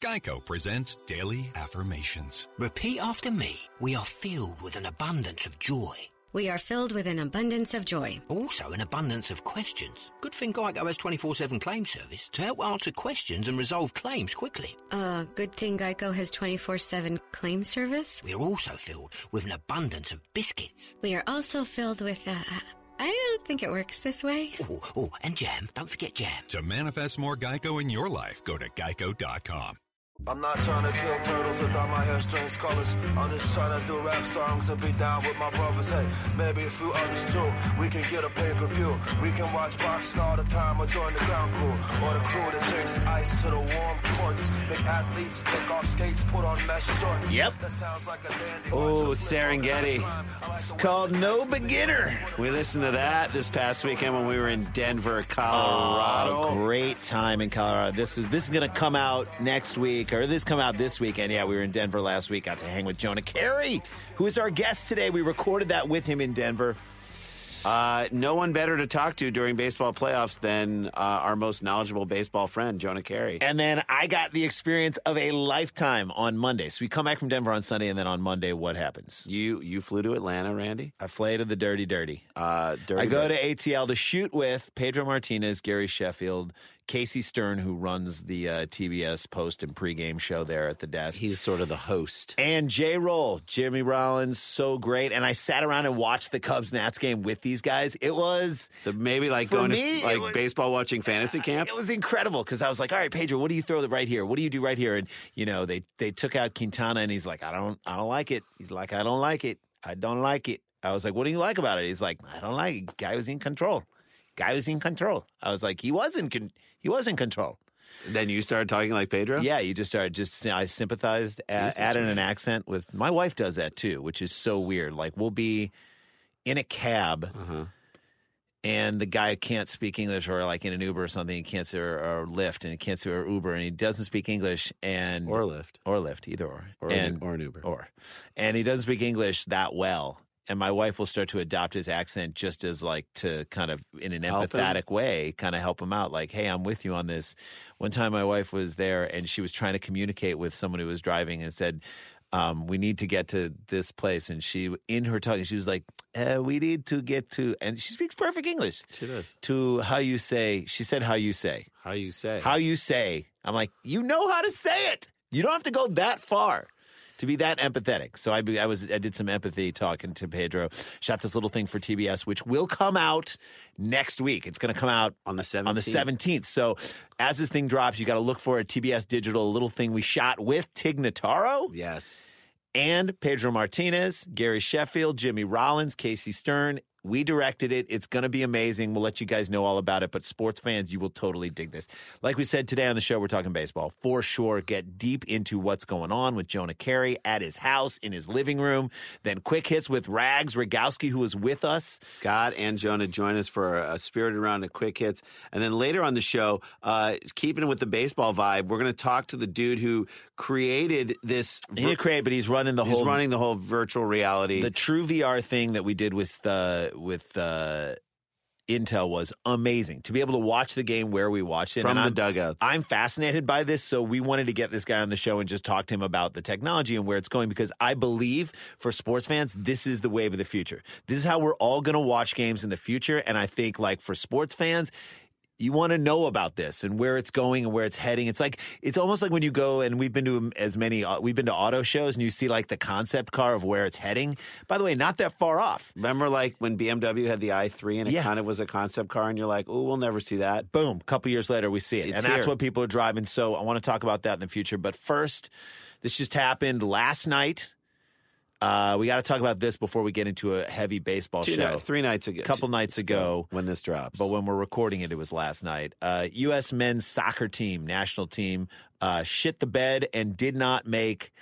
Geico presents Daily Affirmations. Repeat after me. We are filled with an abundance of joy. We are filled with an abundance of joy. Also, an abundance of questions. Good thing Geico has 24 7 claim service to help answer questions and resolve claims quickly. Uh, good thing Geico has 24 7 claim service. We are also filled with an abundance of biscuits. We are also filled with, uh, I don't think it works this way. Oh, oh, and jam. Don't forget jam. To manifest more Geico in your life, go to geico.com. I'm not trying to kill turtles without my hairstrings colors. I'm just trying to do rap songs and be down with my brothers. Hey, maybe a few others too. We can get a pay per view. We can watch boxing all the time or join the ground crew. Or the crew that takes ice to the warm courts. Big athletes take off skates, put on mesh shorts. Yep. That sounds like a dandy. Oh, Serengeti. It's called No Beginner. We listened to that this past weekend when we were in Denver, Colorado. Oh, great time in Colorado. This is this is going to come out next week, or this come out this weekend. Yeah, we were in Denver last week. Got to hang with Jonah Carey, who is our guest today. We recorded that with him in Denver. Uh, no one better to talk to during baseball playoffs than uh, our most knowledgeable baseball friend, Jonah Carey. And then I got the experience of a lifetime on Monday. So we come back from Denver on Sunday, and then on Monday, what happens? You you flew to Atlanta, Randy. I flay to the dirty, dirty. Uh, dirty I go to ATL to shoot with Pedro Martinez, Gary Sheffield, Casey Stern, who runs the uh, TBS post and pregame show there at the desk. He's sort of the host. and J Roll, Jimmy Rollins, so great. And I sat around and watched the Cubs Nats game with these guys. It was The, maybe like For going me, it to like was- baseball watching fantasy camp. It was incredible because I was like, all right, Pedro, what do you throw right here? What do you do right here? And you know, they they took out Quintana, and he's like, I don't, I don't like it. He's like, I don't like it. I don't like it. I was like, what do you like about it? He's like, I don't like it. Guy was in control. Guy was in control. I was like, he was in con- he was in control. then you started talking like Pedro. Yeah, you just started just I sympathized, a- added an accent with my wife does that too, which is so weird. Like we'll be in a cab Uh-huh. and the guy can't speak English or like in an Uber or something, he can't say or, or Lyft and he can't say or Uber and he doesn't speak English and Or Lyft. or Lyft, either or. Or an- or an Uber. Or. And he doesn't speak English that well. And my wife will start to adopt his accent just as like to kind of in an Help him. empathetic way, kind of help him out. Like, hey, I'm with you on this. One time my wife was there and she was trying to communicate with someone who was driving and said, um, we need to get to this place. And she, in her tongue, she was like, uh, we need to get to, and she speaks perfect English. She does. To how you say, she said how you say How you say? how you say. I'm like, you know how to say it. You don't have to go that far to be that empathetic. So I, be, I was I did some empathy talking to Pedro. Shot this little thing for TBS, which will come out next week. It's going to come out On the on the 17th. 17th. So as this thing drops, you got to look for a TBS Digital a little thing we shot with Tignataro Yes. and Pedro Martinez, Gary Sheffield, Jimmy Rollins, Casey Stern. We directed it. It's going to be amazing. We'll let you guys know all about it. But sports fans, you will totally dig this. Like we said today on the show, we're talking baseball for sure. Get deep into what's going on with Jonah Carey at his house in his living room. Then quick hits with Rags Rogowski, who was with us. Scott and Jonah join us for a spirited round of quick hits. And then later on the show, uh, keeping with the baseball vibe, we're going to talk to the dude who created this. He didn't create, but he's running the he's whole running the whole virtual reality. the true VR thing that we did with the with the Intel was amazing to be able to watch the game where we watched it From and the I'm- dugouts. I'm fascinated by this, so we wanted to get this guy on the show and just talk to him about the technology and where it's going because I believe for sports fans this is the wave of the future. This is how we're all going to watch games in the future, and I think like for sports fans you want to know about this and where it's going and where it's heading. It's like it's almost like when you go and we've been to as many we've been to auto shows and you see like the concept car of where it's heading. By the way, not that far off. Remember, like when BMW had the i3 and it Yeah. kind of was a concept car, and you're like, "Oh, we'll never see that." Boom, a couple years later we see it. It's and that's here. what people are driving. So I want to talk about that in the future, but first this just happened last night. Uh, we got to talk about this before we get into a heavy baseball Two show. nights, three nights ago, a couple nights ago, when this drops. But when we're recording it, it was last night. Uh, U.S. men's soccer team, national team, uh, shit the bed and did not make.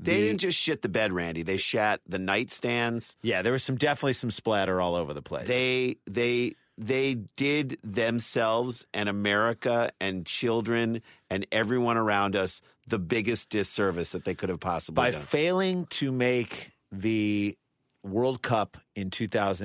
they didn't just shit the bed, Randy. They shat the nightstands. Yeah, there was some definitely some splatter all over the place. They they they did themselves and America and children and everyone around us the biggest disservice that they could have possibly by done. failing to make the World Cup in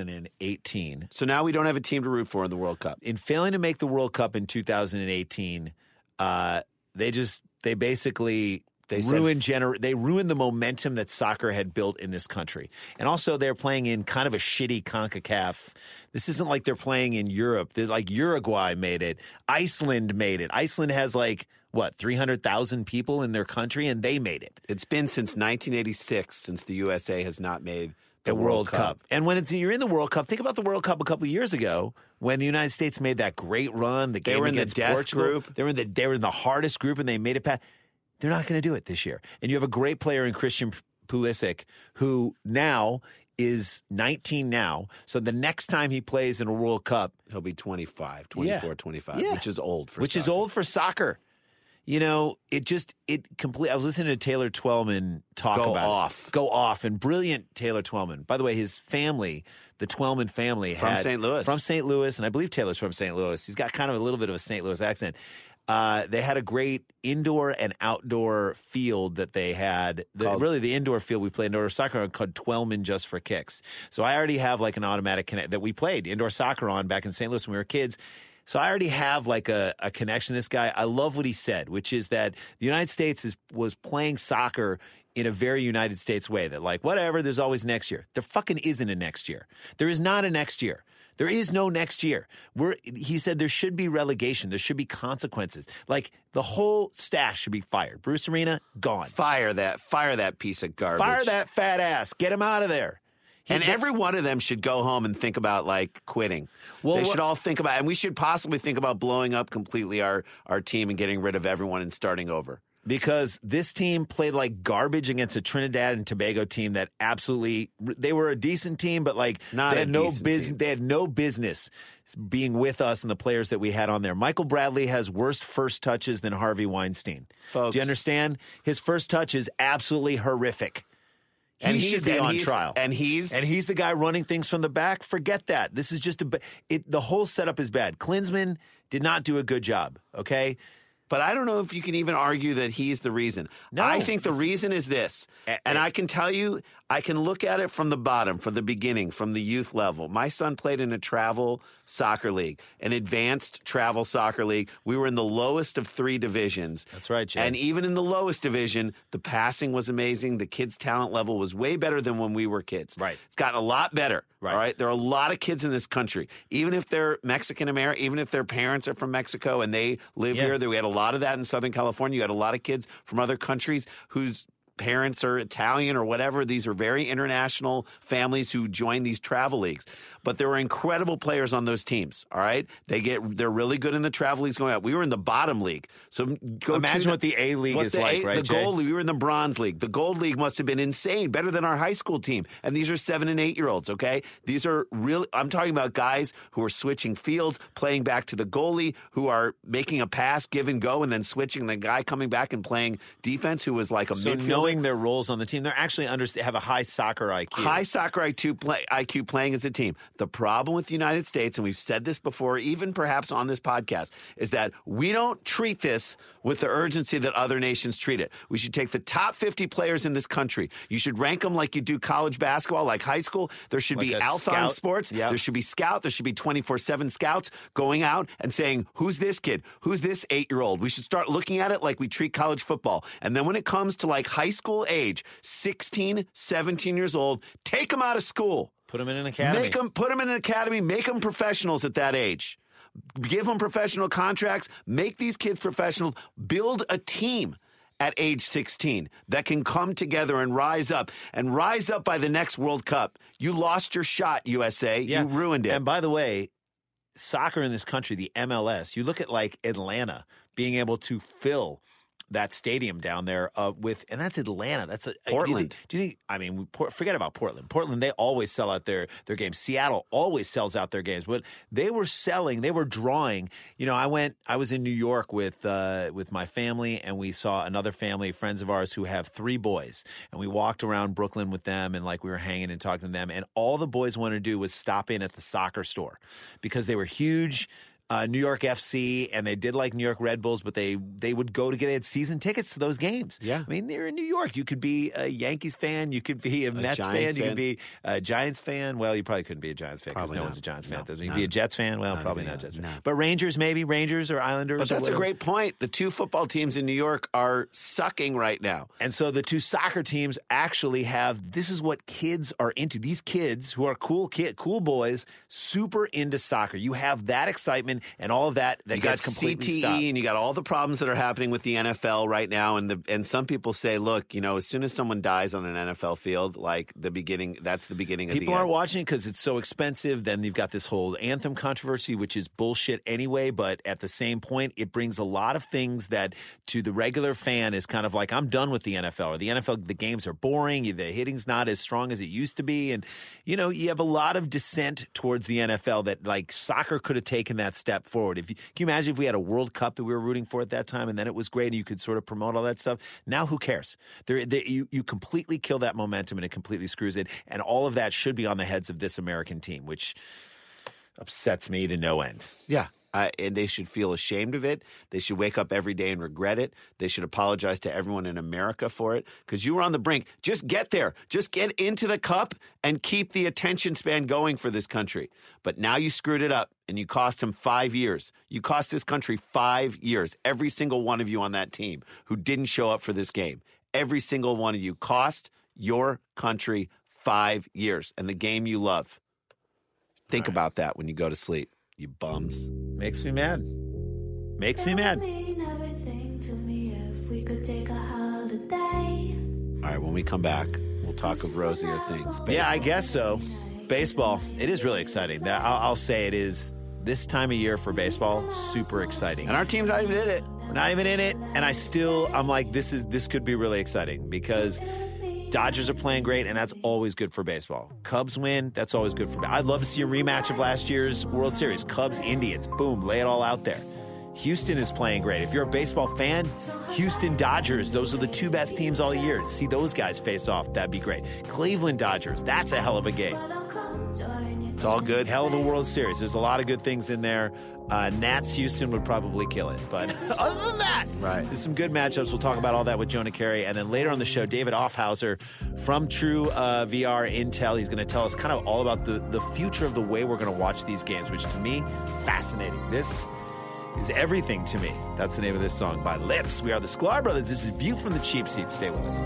2018, so now we don't have a team to root for in the World Cup. in failing to make the World Cup in 2018, uh, they just they basically They said- ruined gener- they ruined the momentum that soccer had built in this country. And also they're playing in kind of a shitty CONCACAF. This isn't like they're playing in Europe. They're like Uruguay made it. Iceland made it. Iceland has like what, 300,000 people in their country and they made it. It's been since 1986 since the USA has not made the, the World, Cup. And when it's you're in the World Cup, think about the World Cup a couple of years ago when the United States made that great run. The game were in the against death Portugal. group. They were in the they were in the hardest group and they made it past. They're not going to do it this year. And you have a great player in Christian Pulisic who now is 19 now. So the next time he plays in a World Cup, He'll be 25, 24, 25, Yeah. which is old for which is soccer. old for soccer. You know, it just it complete. I was listening to Taylor Twellman talk Go about it. off. go off, and brilliant Taylor Twellman. By the way, his family, the Twellman family, From had- St. Louis. from St. Louis, and I believe Taylor's from St. Louis. He's got kind of a little bit of a St. Louis accent. Uh, they had a great indoor and outdoor field that they had. The, Called- really, the indoor field we played indoor soccer on called Twelman Just for Kicks. So I already have like an automatic connect that we played indoor soccer on back in St. Louis when we were kids. So I already have like a, a connection. to This guy, I love what he said, which is that the United States is was playing soccer in a very United States way. That like whatever, there's always next year. There fucking isn't a next year. There is not a next year. There is no next year. We're, he said there should be relegation. There should be consequences. Like the whole staff should be fired. Bruce Arena gone. Fire that, fire that piece of garbage. Fire that fat ass. Get him out of there. He- And every one of them should go home and think about like quitting. Well, they what- should all think about, and we should possibly think about blowing up completely our our team and getting rid of everyone and starting over. because this team played like garbage against a Trinidad and Tobago team that absolutely they were a decent team, but like Not they a had no decent business team. they had no business being with us and the players that we had on there. Michael Bradley has worse first touches than Harvey Weinstein. Folks. Do you understand? His first touch is absolutely horrific. And he he's- should be and on he's- trial. and he's- and he's the guy running things from the back. Forget that. This is just a ba- it, the whole setup is bad. Klinsman did not do a good job. Okay. But I don't know if you can even argue that he's the reason. No. I think the reason is this. And I can tell you, I can look at it from the bottom, from the beginning, from the youth level. My son played in a travel soccer league, an advanced travel soccer league. We were in the lowest of three divisions. That's right, Jay. And even in the lowest division, the passing was amazing. The kids' talent level was way better than when we were kids. Right. It's gotten a lot better. Right. All right. There are a lot of kids in this country, even if they're Mexican American, even if their parents are from Mexico and they live Yeah. here, that we had a lot of that in Southern California. You had a lot of kids from other countries whose parents are Italian or whatever. These are very international families who join these travel leagues. But there were incredible players on those teams. All right. They get they're really good in the travel leagues going out. We were in the bottom league. So go Imagine tune- what the A league what is the like, A- right, The Jay? gold league. We were in the bronze league. The gold league must have been insane, better than our high school team. And these are seven and eight year olds, okay? These are really, I'm talking about guys who are switching fields, playing back to the goalie, who are making a pass, give and go, and then switching the guy coming back and playing defense, who was like a So midfielder. knowing their roles on the team, they're actually under, have a high soccer IQ. High soccer IQ, play, IQ playing as a team. The problem with the United States, and we've said this before, even perhaps on this podcast, is that we don't treat this with the urgency that other nations treat it. We should take the top 50 players in this country. You should rank them like you do college basketball, like high school. There should Like be a Alphon scout. Sports. Yeah. There should be scout. There should be 24 7 scouts going out and saying, who's this kid? Who's this eight year old? We should start looking at it like we treat college football. And then when it comes to like high school age, 16, 17 years old, take them out of school. Put them in an academy. Make them, put them in an academy, make them professionals at that age. Give them professional contracts, make these kids professional, build a team at age 16 that can come together and rise up and rise up by the next World Cup. You lost your shot, USA. Yeah. You ruined it. And by the way, soccer in this country, the MLS, you look at like Atlanta being able to fill that stadium down there uh, with, and that's Atlanta. That's a, Do Portland. you think? Do you think I mean, we por- forget about Portland. Portland, they always sell out their their games. Seattle always sells out their games, but they were selling. They were drawing. You know, I went. I was in New York with uh, with my family, and we saw another family, friends of ours, who have three boys, and we walked around Brooklyn with them, and like we were hanging and talking to them, and all the boys wanted to do was stop in at the soccer store because they were huge uh, New York FC, and they did like New York Red Bulls, but they they would go to get they had season tickets to those games. Yeah. I mean they're in New York. You could be a Yankees fan, you could be a, Mets fan, Giants you fan. could be a Giants fan. Well, you probably couldn't be a Giants fan because Probably no not. one's a Giants fan. No, at this point. you not- could be a Jets fan. Well, not probably even not a- Jets fan. no. But Rangers, maybe Rangers or Islanders. But or that's a whatever. great point. The two football teams in New York are sucking right now. And so the two soccer teams actually have this is what kids are into. These kids who are cool kid, cool boys, super into soccer. You have that excitement and all of that that you got E gets completely CTE stopped. and you got all the problems that are happening with the NFL right now. And the and some people say, look, you know, as soon as someone dies on an NFL field, like the beginning, that's the beginning of People the aren't end. watching it because it's so expensive. Then you've got this whole anthem controversy, which is bullshit anyway. But at the same point, it brings a lot of things that to the regular fan is kind of like, I'm done with the NFL or the NFL, the games are boring. The hitting's not as strong as it used to be. And, you know, you have a lot of dissent towards the NFL that like soccer could have taken that step forward. If you, can you imagine if we had a World Cup that we were rooting for at that time and then it was great and you could sort of promote all that stuff? Now who cares? There, there- you, you completely kill that momentum and it completely screws it. And all of that should be on the heads of this American team, which upsets me to no end. Yeah. Uh, and they should feel ashamed of it. They should wake up every day and regret it. They should apologize to everyone in America for it because you were on the brink. Just get there. Just get into the cup and keep the attention span going for this country. But now you screwed it up and you cost him five years. You cost this country five years. Every single one of you on that team who didn't show up for this game, every single one of you cost your country five years and the game you love. Think about that when you go to sleep, you bums. Makes me mad. Makes me It would mad. mean everything to me if we could take a holiday. All right, when we come back, we'll talk of rosier things. But Yeah, I guess so. Baseball, it is really exciting. That I'll, I'll say it is this time of year for baseball, super exciting. and our team's not even in it. We're not even in it, and I still I'm like this is this could be really exciting because Dodgers are playing great, and that's always good for baseball. Cubs win, that's always good for. I'd love to see a rematch of last year's World Series. Cubs Indians, boom, lay it all out there. Houston is playing great. If you're a baseball fan, Houston Dodgers, those are the two best teams all year. See those guys face off, that'd be great. Cleveland Dodgers, that's a hell of a game. But I'll come join you. It's all good. Hell of a World Series. There's a lot of good things in there. Uh, Nats Houston would probably kill it, but other than that, Right. There's some good matchups. We'll talk about all that with Jonah Carey, and then later on the show, David Offhauser from True uh, VR Intel. He's going to tell us kind of all about the the future of the way we're going to watch these games, which to me fascinating. This is everything to me. That's the name of this song by Lips. We are the Sklar Brothers. This is View from the Cheap Seat. Stay with us.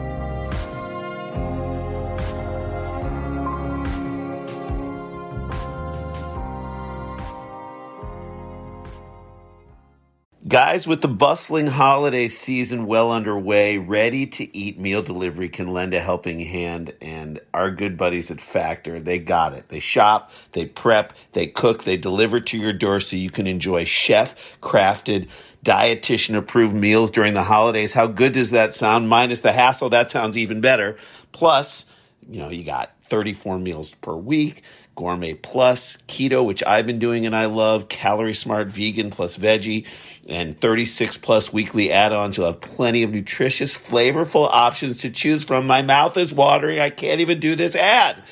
Guys, with the bustling holiday season well underway, ready to eat meal delivery can lend a helping hand. And our good buddies at Factor, they got it. They shop, they prep, they cook, they deliver to your door so you can enjoy chef crafted, dietitian approved meals during the holidays. How good does that sound? Minus the hassle, that sounds even better. Plus, you know, you got 34 meals per week, gourmet plus, keto, which I've been doing and I love, calorie smart vegan plus veggie, and 36 plus weekly add ons. You'll have plenty of nutritious, flavorful options to choose from. My mouth is watering. I can't even do this ad.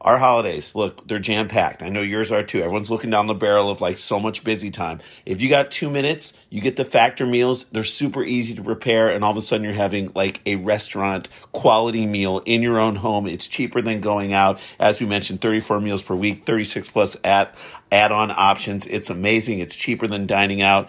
Our holidays, look, they're jam packed. I know yours are too. Everyone's looking down the barrel of like so much busy time. If you got two minutes, you get the factor meals. They're super easy to prepare, and all of a sudden you're having like a restaurant quality meal in your own home. It's cheaper than going out. As we mentioned, 34 meals per week, 36 plus add on options. It's amazing. It's cheaper than dining out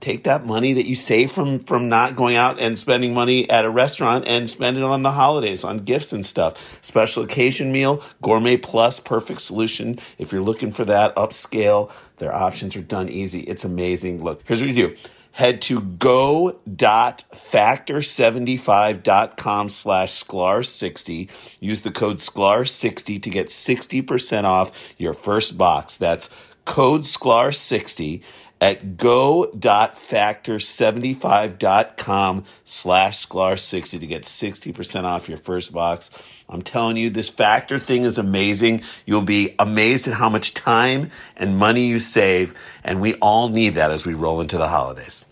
take that money that you save from from not going out and spending money at a restaurant and spend it on the holidays on gifts and stuff special occasion meal gourmet plus perfect solution if you're looking for that upscale their options are done easy it's amazing look here's what you do head to go.factor75.com slash sklar60 use the code sklar60 to get 60% off your first box that's code sklar60 at go.factor75.com slash sklar60 to get 60% off your first box. I'm telling you, this factor thing is amazing. You'll be amazed at how much time and money you save. And we all need that as we roll into the holidays.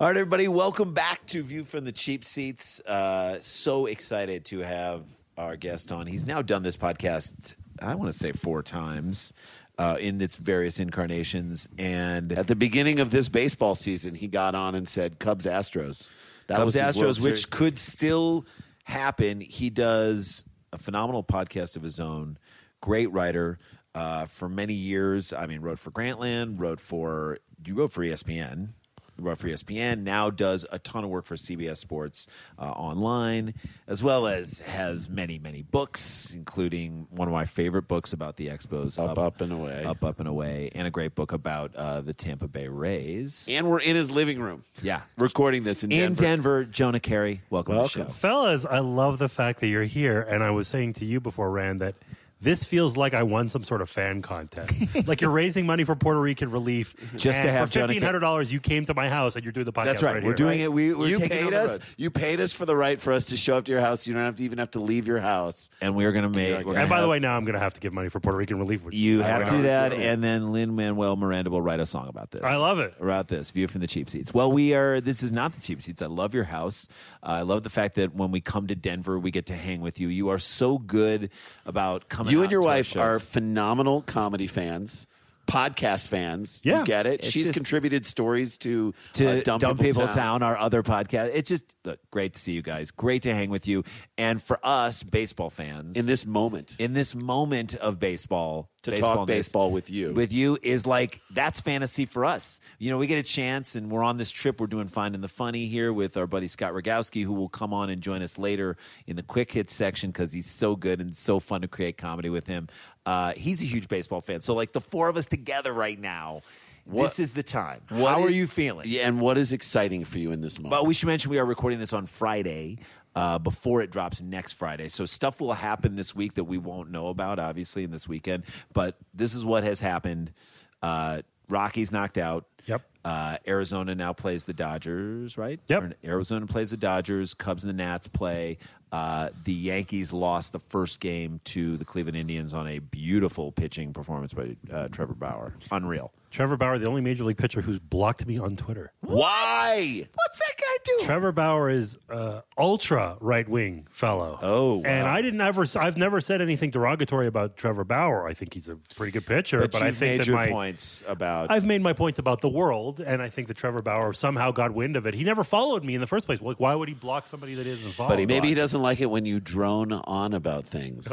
All right, everybody, welcome back to View from the Cheap Seats. Uh, so excited to have our guest on. He's now done this podcast, I want to say four times. uh, in its various incarnations. And At the beginning of this baseball season, he got on and said Cubs Astros. That Cubs his World Astros, Series. which could still happen. He does a phenomenal podcast of his own. Great writer uh, for many years. I mean, wrote for Grantland, wrote for you wrote for E ESPN, you wrote for E ESPN. Now does a ton of work for CBS Sports uh, online, as well as has many many books, including one of my favorite books about the Expos, Up, Up, and Away. Up Up and Away, and a great book about uh, the Tampa Bay Rays. and we're in his living room. Yeah. recording this in Denver. In Denver, Jonah Carey, welcome, to Welcome. the show. Fellas, I love the fact that you're here. And I was saying to you before, Rand, that this feels like I won some sort of fan contest. like you're raising money for Puerto Rican relief. Just and to have for Johnny Ca- fifteen hundred dollars, you came to my house and you're doing the podcast. That's right. right We're here, doing right? it. We, we're you taking it on paid the us. road. You paid us for the right for us to show up to your house. You don't have to even have to leave your house. and we're gonna make. We're And gonna And by the have- way, now I'm going to have to give money for Puerto Rican relief. which- you I have don't to do know. that, and then Lin Manuel Miranda will write a song about this. I love it. About this view from the cheap seats. Well, we are. This is not the cheap seats. I love your house. Uh, I love the fact that when we come to Denver, we get to hang with you. You are so good about coming. you out and your to our wife shows. are phenomenal comedy fans, podcast fans. Yeah. you get it. It's She's just- contributed stories to, to uh, dumb, people, town. our other podcast. It's just look, great to see you guys. Great to hang with you, and for us baseball fans in this moment. in this moment of baseball To baseball talk news, baseball with you. with you is like that's fantasy for us you know we get a chance and we're on this trip we're doing finding the funny here with our buddy scott rogowski who will come on and join us later in the quick hits section because he's so good and so fun to create comedy with him uh, he's a huge baseball fan so like the four of us together right now this is the time how What are is- you feeling Yeah, and what is exciting for you in this moment? but we should mention we are recording this on Friday uh, before it drops next Friday. So stuff will happen this week that we won't know about, obviously, in this weekend. But this is what has happened. Uh, Rockies knocked out. Yep. Uh, Arizona now plays the Dodgers, right? Yep. Or Arizona plays the Dodgers. Cubs and the Nats play. Uh, the Yankees lost the first game to the Cleveland Indians on a beautiful pitching performance by uh, Trevor Bauer. Unreal. Trevor Bauer, the only major league pitcher who's blocked me on Twitter. why? What's that guy doing? Trevor Bauer is uh, ultra right wing fellow. Oh, wow. and I didn't ever. I've never said anything derogatory about Trevor Bauer. I think he's a pretty good pitcher, but, but I you've think made that your my points about I've made my points about the world, and I think that Trevor Bauer somehow got wind of it. He never followed me in the first place. Like, why would he block somebody that isn't following? But he Maybe he Watch. doesn't like it when you drone on about things.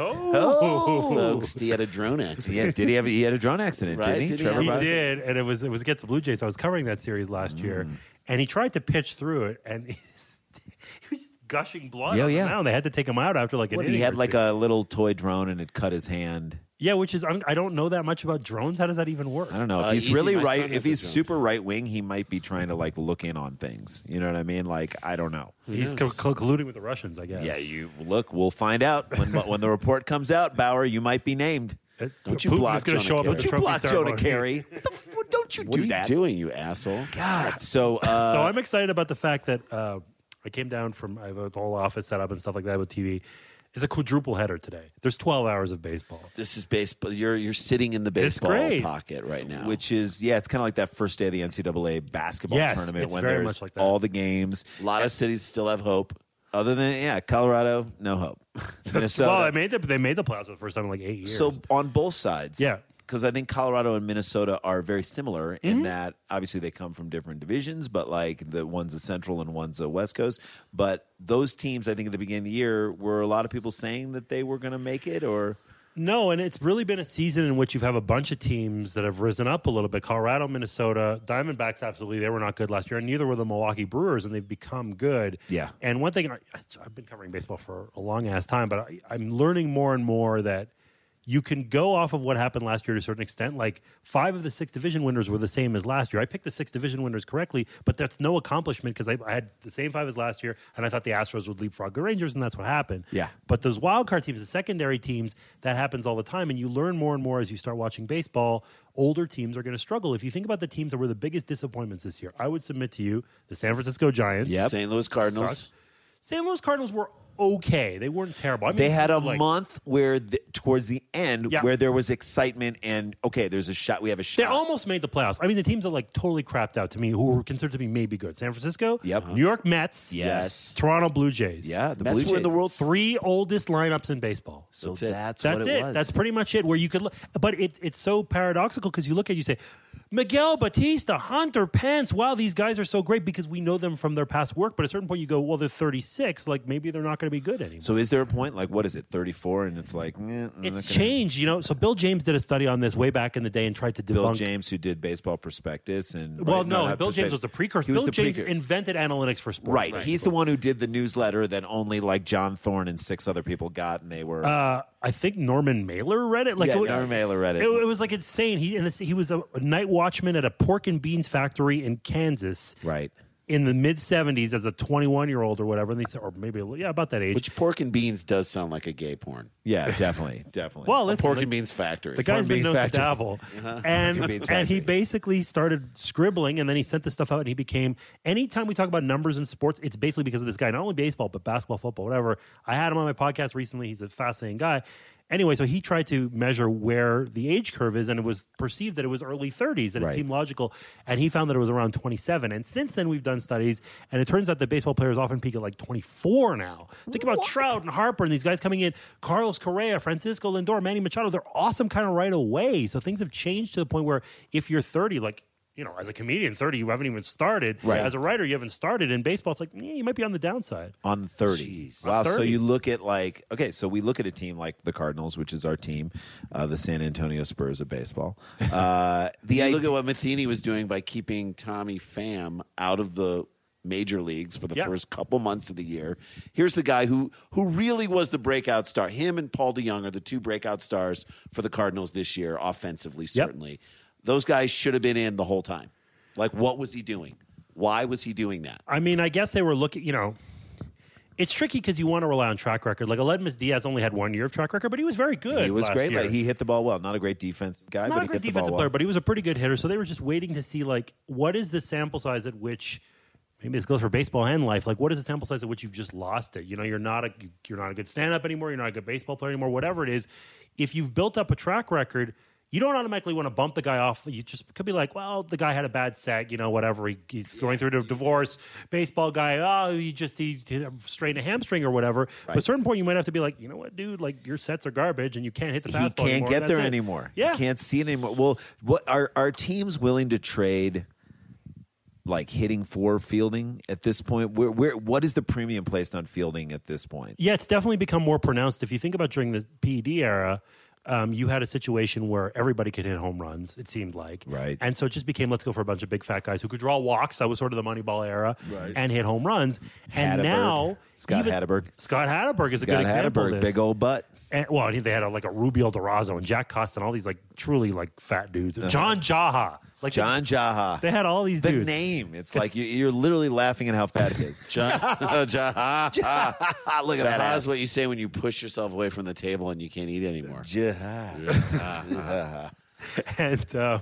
Oh. folks, he had a drone accident. Yeah, did he have? He had a drone accident, Right? didn't he? Did he Trevor he have- Bauer? did, and it was it was against the Blue Jays. I was covering that series last year, Mm. and he tried to pitch through it, and he was just gushing blood. Yeah, on the yeah. mound. They had to take him out after like an What, inning he had or like two. a little toy drone and it cut his hand. yeah, which is I don't know that much about drones. How does that even work? I don't know if Uh, he's easy, really my son right. has If a he's drone. super right wing, he might be trying to like look in on things. You know what I mean? Like I don't know. He's co- co- colluding with the Russians, I guess. Yeah, you look. We'll find out when when the report comes out. Bauer, you might be named. It- Don't you Putin block is going to Jonah show up Carey. Don't at the you trophy block ceremony. Jonah Carey? What the f- don't you What do are you that? doing, you asshole? God. So uh, so I'm excited about the fact that uh, I came down from I have a whole office set up and stuff like that with TV. It's a quadruple header today. There's 12 hours of baseball. This is baseball. You're you're sitting in the baseball great. pocket right now. which is yeah, it's kind of like that first day of the NCAA basketball Yes, tournament it's when very there's much like that. all the games. a lot of cities still have hope. Other than yeah, Colorado, no hope. Minnesota, well, I made the, they made the playoffs for the first time in like eight years. So on both sides, Yeah. Because I think Colorado and Minnesota are very similar Mm-hmm. in that obviously they come from different divisions, but like the one's a Central and one's a West Coast. But those teams, I think at the beginning of the year, were a lot of people saying that they were going to make it, or no, and it's really been a season in which you've have a bunch of teams that have risen up a little bit. Colorado, Minnesota, Diamondbacks, absolutely they were not good last year, and neither were the Milwaukee Brewers, and they've become good. Yeah. And one thing I, I've been covering baseball for a long ass time, but I, I'm learning more and more that you can go off of what happened last year to a certain extent. Like five of the six division winners were the same as last year. I picked the six division winners correctly, but that's no accomplishment because I, I had the same five as last year, and I thought the Astros would leapfrog the Rangers, and that's what happened. Yeah. But those wild card teams, the secondary teams, that happens all the time, and you learn more and more as you start watching baseball. Older teams are going to struggle. If you think about the teams that were the biggest disappointments this year, I would submit to you the San Francisco Giants. St. Louis Cardinals. Sucks. St. Louis Cardinals were okay. They weren't terrible. I mean, they had a like, month where the, towards the end Yeah. where there was excitement and okay, there's a shot. We have a shot. They almost made the playoffs. I mean, the teams that like totally crapped out to me, who were considered to be maybe good: San Francisco, Yep. New York Mets, Yes. Toronto Blue Jays. yeah, the Mets Blue were in Jays. the World three oldest lineups in baseball. So That's that's, it. That's what it. it, was. That's pretty much it. Where you could look, but it, it's so paradoxical because you look at it, you say, Miguel Batista, Hunter Pence. Wow, these guys are so great because we know them from their past work. But at a certain point, you go, well, they're 36. Like maybe they're not going to be good anymore. so is there a point like what is it 34 and it's like eh, I'm not it's gonna- changed, you know. So Bill James did a study on this way back in the day and tried to debunk. Bill James who did baseball prospectus and well, right, no, not Bill James Prospectus. was the precursor. He was Bill the James precursor. invented analytics for sports. Right. He's the one who did the newsletter that only like John Thorne and six other people got, and they were uh, I think Norman Mailer read it. Like Yeah, it was- Norman Mailer read it. It, was like insane. He and this, he was a, night watchman at a pork and beans factory in Kansas right. in the mid seventies as a twenty one year old or whatever. And they said, or maybe a li- yeah, about that age. Which pork and beans does sound like a gay porn. Yeah, definitely, definitely. well, A listen, pork like, and beans factory. the guy's pork and been bean known factory. to dabble, Uh-huh. and beans and he factory. basically started scribbling, and then he sent this stuff out, and he became. Anytime we talk about numbers in sports, it's basically because of this guy. Not only baseball, but basketball, football, whatever. I had him on my podcast recently. He's a fascinating guy. Anyway, so he tried to measure where the age curve is, and it was perceived that it was early 30s, and it Right. seemed logical. And he found that it was around 27. And since then, we've done studies, and it turns out that baseball players often peak at like 24 now. Think about Trout and Harper and these guys coming in, Carlos Correa, Francisco Lindor, Manny Machado. They're awesome kind of right away. So things have changed to the point where if you're 30, like, you know, as a comedian, 30, you haven't even started. Right. As a writer, you haven't started. In baseball, it's like, eh, you might be on the downside. on 30. Wow. On 30. So you look at like, okay, so we look at a team like the Cardinals, which is our team, uh, the San Antonio Spurs of baseball. Uh, the You idea, look at what Matheny was doing by keeping Tommy Pham out of the major leagues for the Yeah. first couple months of the year. Here's the guy who who really was the breakout star. Him and Paul DeYoung are the two breakout stars for the Cardinals this year, offensively certainly. Those guys should have been in the whole time. Like what was he doing? Why was he doing that? I mean, I guess they were looking, you know, it's tricky because you want to rely on track record. Like, Aledmus Diaz only had one year of track record, but he was very good. he was last great. year. Like he hit the ball well. Not a great defensive guy, not but a he great hit the ball defensive well. player, but he was a pretty good hitter. So they were just waiting to see like what is the sample size at which maybe this goes for baseball and life. Like what is the sample size at which you've just lost it? You know, you're not a you're not a good stand up anymore. You're not a good baseball player anymore. Whatever it is, if you've built up a track record. You don't automatically want to bump the guy off. You just could be like, well, the guy had a bad set, you know, whatever. He, he's going through a divorce. Baseball guy, oh, he just he, he strained a hamstring or whatever. But at a certain point, you might have to be like, you know what, dude, like your sets are garbage and you can't hit the he fastball. can't anymore. get That's there it. anymore. Yeah, He can't see it anymore. Well, what are are teams willing to trade like hitting for fielding at this point? Where where what is the premium placed on fielding at this point? Yeah, it's definitely become more pronounced. If you think about during the PED era, um, you had a situation where everybody could hit home runs. It seemed like, Right. And so it just became let's go for a bunch of big fat guys who could draw walks. That was sort of the Moneyball era, right. and hit home runs. And Hatterberg. now Scott Hatterberg. Scott Hatterberg is a Got good example. of Hatterberg, this. big old butt. And, well, I think they had like a Rubio Durazo and Jack Costa and all these like truly like fat dudes. John Jaha, like John Jaha. They had all these the dudes. name. It's, like you, you're literally laughing at how fat it is. John, Jaha. Look at that Jaha's ass. what you say when you push yourself away from the table and you can't eat anymore. Jaha. and uh,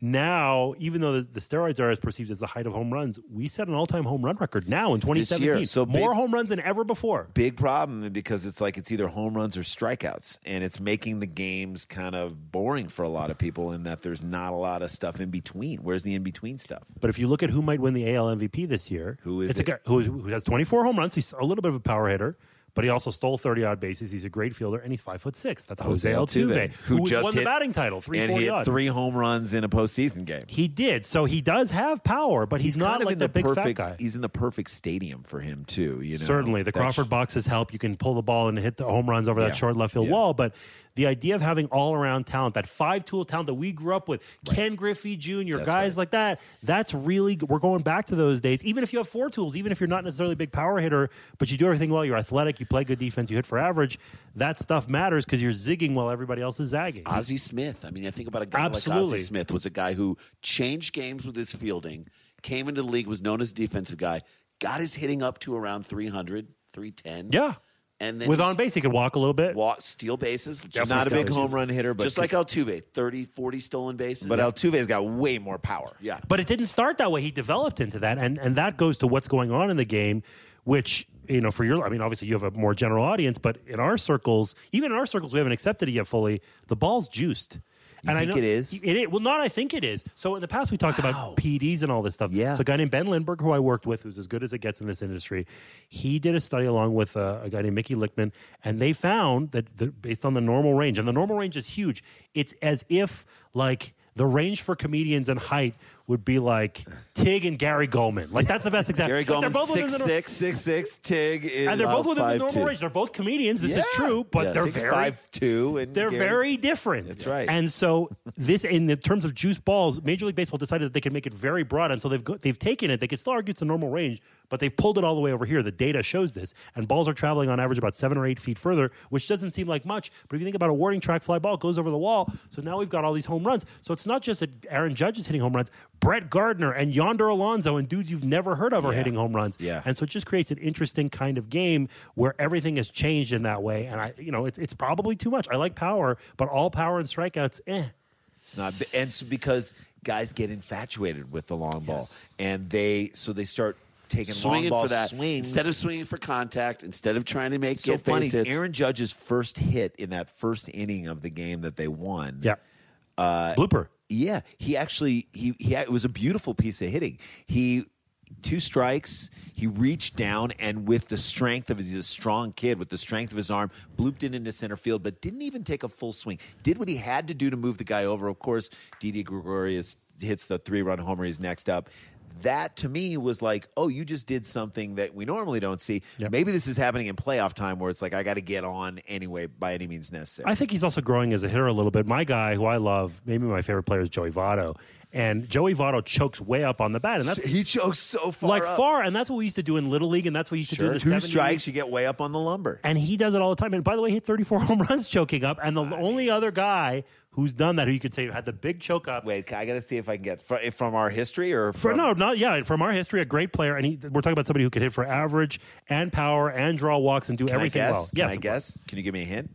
now, even though the, the steroids are as perceived as the height of home runs, we set an all-time home run record now in 2017. year, so more big- home runs than ever before. Big problem because it's like it's either home runs or strikeouts, and it's making the games kind of boring for a lot of people in that there's not a lot of stuff in between. Where's the in between stuff? But if you look at who might win the AL MVP this year, Who is it's it? a guy who, is, who has 24 home runs. He's a little bit of a power hitter, but he also stole 30 odd bases. He's a great fielder, and he's five foot six. That's Jose, Altuve, who, just won the batting title, and 340 hit odd. three home runs in a postseason game. He did, so he does have power, but he's, not kind of like in the, big perfect. fat guy. He's in the perfect stadium for him too. You know, Certainly, the That's- Crawford boxes help. You can pull the ball and hit the home runs over that Yeah. short left field Yeah. wall. But the idea of having all around talent, that five tool talent that we grew up with, Ken Griffey Jr., guys like that, that's really, we're going back to those days. Even if you have four tools, even if you're not necessarily a big power hitter, but you do everything well, you're athletic, you play good defense, you hit for average, that stuff matters because you're zigging while everybody else is zagging. Uh, Ozzie Smith. I mean, I think about a guy Absolutely. like Ozzie Smith was a guy who changed games with his fielding, came into the league, was known as a defensive guy, got his hitting up to around 300, 310. yeah. And then With he on base, he could walk a little bit. walk, steal bases. Just not a like big Altuve. home run hitter, but just like Altuve, 30, 40 stolen bases. But Altuve's got way more power. yeah. But it didn't start that way. He developed into that, and and that goes to what's going on in the game, which you know, for your, I mean, obviously you have a more general audience, but in our circles, even in our circles, we haven't accepted it yet fully. The ball's juiced. and think I know, it is? It is. Well, not I think it is. So in the past, we talked about PDs and all this stuff. Yeah. So a guy named Ben Lindbergh, who I worked with, who's as good as it gets in this industry, he did a study along with uh, a guy named Mickey Lickman, and they found that the, based on the normal range, and the normal range is huge. It's as if like the range for comedians in height would be like Tig and Gary Goldman. Like that's the best example. Gary Like, they're Goldman, both within six the nor- six uh, Six six Tig is and they're both within the normal 5'2". range. They're both comedians. This Yeah. is true, but Yeah, they're Tig's very 5'2", and they're Gary- very different. That's right. And so this, in the terms of juice balls, Major League Baseball decided that they could make it very broad, and so they've go, they've taken it. They could still argue it's a normal range, but they've pulled it all the way over here. The data shows this, and balls are traveling on average about seven or eight feet further, which doesn't seem like much. But if you think about a warning track fly ball, it goes over the wall. So now we've got all these home runs. So it's not just that Aaron Judge is hitting home runs. Brett Gardner and Yonder Alonso and dudes you've never heard of are hitting home runs. Yeah. And so it just creates an interesting kind of game where everything has changed in that way. And I, you know, it's, it's probably too much. I like power, but all power and strikeouts, eh. It's not, and so because guys get infatuated with the long ball, and they so they start taking long swinging ball for that swings instead of swinging for contact, instead of trying to make so get funny. base hits. Aaron Judge's first hit in that first inning of the game that they won. Yeah. Uh, Blooper. Yeah, he actually he he it was a beautiful piece of hitting. He two strikes, he reached down and with the strength of his he's a strong kid with the strength of his arm, blooped it into center field, but didn't even take a full swing. Did what he had to do to move the guy over. Of course, Didi Gregorius hits the three run homer. He's next up. That to me was like, oh, you just did something that we normally don't see. Yep. Maybe this is happening in playoff time where it's like I got to get on anyway by any means necessary. I think he's also growing as a hitter a little bit. My guy, who I love, maybe my favorite player is Joey Votto. And Joey Votto chokes way up on the bat, and that's he chokes so far, like up. far, and that's what we used to do in Little League, and that's what we used to do in the Two 70s. strikes, you get way up on the lumber. and he does it all the time. And by the way, he hit 34 home runs choking up. And the only other guy who's done that, who you could say had the big choke up, Wait, I gotta see if I can get fr- from our history or For, from no, not yeah. From our history, a great player, and he, we're talking about somebody who could hit for average and power and draw walks and do Can I everything guess? well. Can I guess? Can you give me a hint?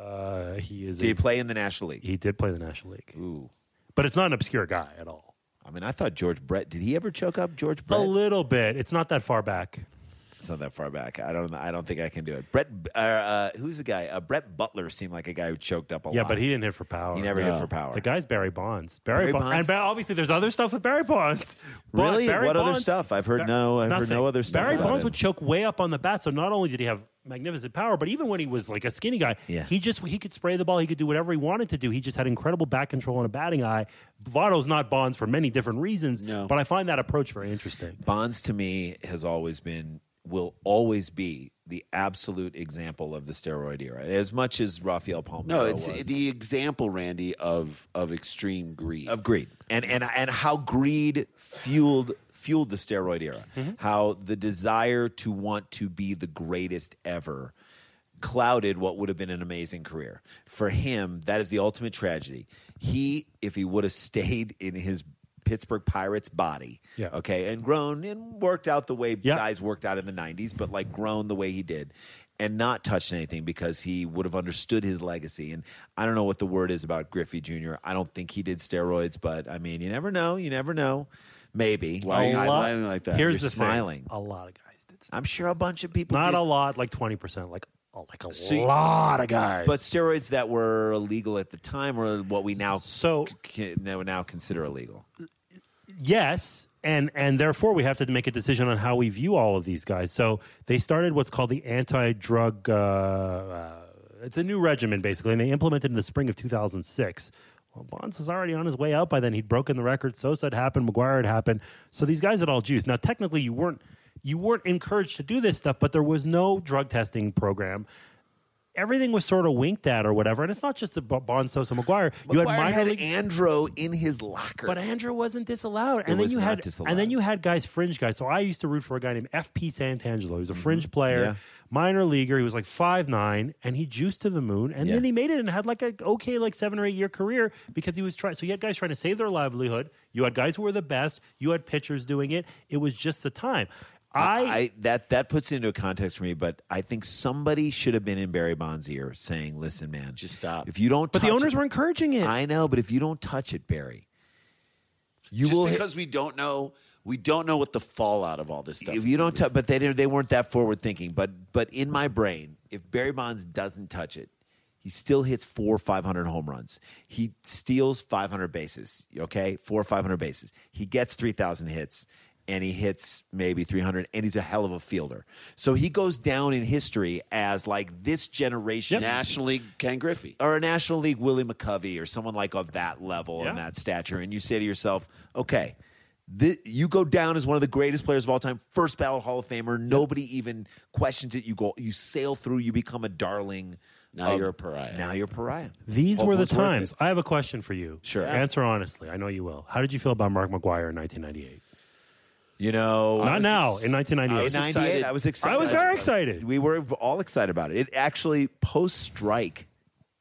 uh, he is. Did a- he play in the National League? he did play in the National League, Ooh, but it's not an obscure guy at all. I mean, I thought George Brett. Did he ever choke up George Brett? A little bit. It's not that far back. it's not that far back. I don't. I don't think I can do it. Brett. Uh, uh, who's the guy? Uh, Brett Butler seemed like a guy who choked up a Yeah, lot. but he didn't hit for power. He never No. hit for power. The guy's Barry Bonds. Barry, Barry Bonds. Bonds? And ba- obviously, there's other stuff with Barry Bonds. But Really? Barry What other Bonds- stuff? I've heard Bar- no- I've heard nothing. no other stuff Barry about Bonds him. would choke way up on the bat. So not only did he have magnificent power, but even when he was like a skinny guy, Yeah. he just he could spray the ball. He could do whatever he wanted to do. He just had incredible back control and a batting eye. Votto's not Bonds for many different reasons. No. But I find that approach very interesting. Bonds to me has always been, will always be the absolute example of the steroid era. As much as Rafael Palmeiro no, it's was. the example, Randy, of of extreme greed. of greed and and and how greed fueled fueled the steroid era how the desire to want to be the greatest ever clouded what would have been an amazing career for him that is the ultimate tragedy he if he would have stayed in his Pittsburgh Pirates body Yeah. okay and grown and worked out the way Yeah. guys worked out in the 90s but like grown the way he did and not touched anything because he would have understood his legacy and i don't know what the word is about griffey jr i don't think he did steroids but i mean you never know you never know maybe Why are you A lot- smiling like that? Here's You're the thing. smiling. A lot of guys did. Stuff. i'm sure a bunch of people Not did, a lot, like twenty percent, like oh, like a So you- lot of guys. but steroids that were illegal at the time or what we now so c- now now consider illegal yes and and therefore we have to make a decision on how we view all of these guys so they started what's called the anti-drug uh, uh, it's a new regimen basically and they implemented it in the spring of 2006 well, Bonds was already on his way out by then. He'd broken the record. Sosa had happened. McGuire had happened. So these guys had all juiced. Now, technically, you weren't you weren't encouraged to do this stuff, but there was no drug testing program. Everything was sort of winked at or whatever. And it's not just the B- Bonds, Sosa, McGuire. You had McGuire minor had league- Andro in his locker but Andrew wasn't disallowed, and then was you not had disallowed. and then you had guys fringe guys. So I used to root for a guy named FP Santangelo. He was a fringe player, Mm-hmm. Yeah. minor leaguer. He was like five nine, and he juiced to the moon. And Yeah. then he made it and had like a okay like seven or eight year career because he was trying. So you had guys trying to save their livelihood. You had guys who were the best. You had pitchers doing it. It was just the time. I, I, that that puts it into context for me, but I think somebody should have been in Barry Bonds' ear saying, "Listen, man, just stop." If you don't, but the touch owners it- were encouraging it. I know, but if you don't touch it, Barry, you Just will hit. because we don't know We don't know what the fallout of all this stuff. If is you gonna don't, tou- but they didn't, they weren't that forward thinking. But but in my brain, if Barry Bonds doesn't touch it, he still hits four or five hundred home runs. He steals five hundred bases. Okay, four or five hundred bases. He gets three thousand hits. And he hits maybe 300, and he's a hell of a fielder. So he goes down in history as like this generation be. National League Ken Griffey. or a National League Willie McCovey or someone like of that level and Yeah. that stature, and you say to yourself, okay, thi- you go down as one of the greatest players of all time, first ballot Hall of Famer. Nobody even questions it. You go, you sail through, you become a darling. Now you're a pariah. Now you're a pariah. These Hope were the it's worth it. times. I have a question for you. Sure. Yeah. Answer honestly. I know you will. How did you feel about Mark McGuire in 1998? You know, Not I was now, ex- in 1998. I was was excited. I was excited. I was very excited. We were all excited about it. It actually post strike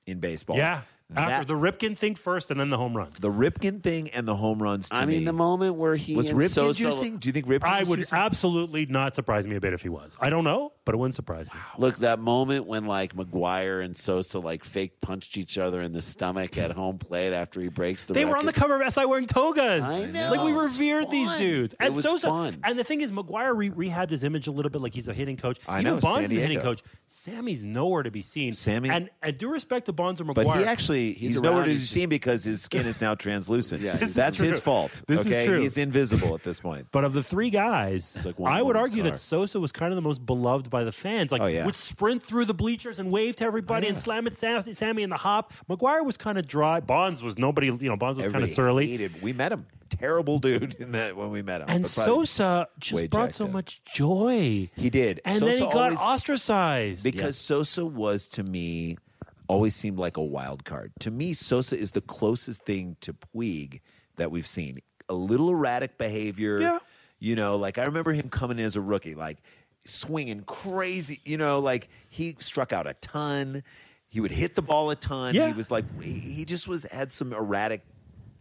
in baseball. Yeah. After That- the Ripken thing first and then the home runs. the Ripken thing and the home runs. To I mean, me, the moment where he was and Ripken Sosa- juicing. Do you think Ripken? I was would juicing? absolutely not surprise me a bit if he was. I don't know, but it wouldn't surprise me. Look, that moment when like McGuire and Sosa like fake punched each other in the stomach at home plate after he breaks the. They were on the record. cover of SI wearing togas. I know. Like we It was revered these fun. dudes. It And was Sosa. fun. And the thing is, McGuire re- rehabbed his image a little bit, like he's a hitting coach. I Even know, San Bonds is a hitting Diego. coach. Sammy's nowhere to be seen. Sammy- and, and due respect to Bonds or McGuire, But he actually he's, He's nowhere around, to be he's just- seen because his skin is now translucent. Yeah, This is that's true. his fault. This is okay, true. he's invisible at this point. But of the three guys, like one I would woman's argue car. that Sosa was kind of the most beloved by the fans. Like, Oh, yeah. Oh, would sprint through the bleachers and wave to everybody and slam at Sam, Sammy in the hop. McGuire was kind of dry. Bonds was nobody. You know, Bonds was kind of Everybody surly. hated- We met him. Terrible dude in that when we met him. and But probably- Sosa just way brought jacked so up. much joy. He did. and Sosa then he got always- ostracized. because Sosa was to me always seemed like a wild card. To me, Sosa is the closest thing to Puig that we've seen. A little erratic behavior. Yeah. You know, like I remember him coming in as a rookie, like swinging crazy. You know, like he struck out a ton. He would hit the ball a ton. Yeah. He was like he- he just was had some erratic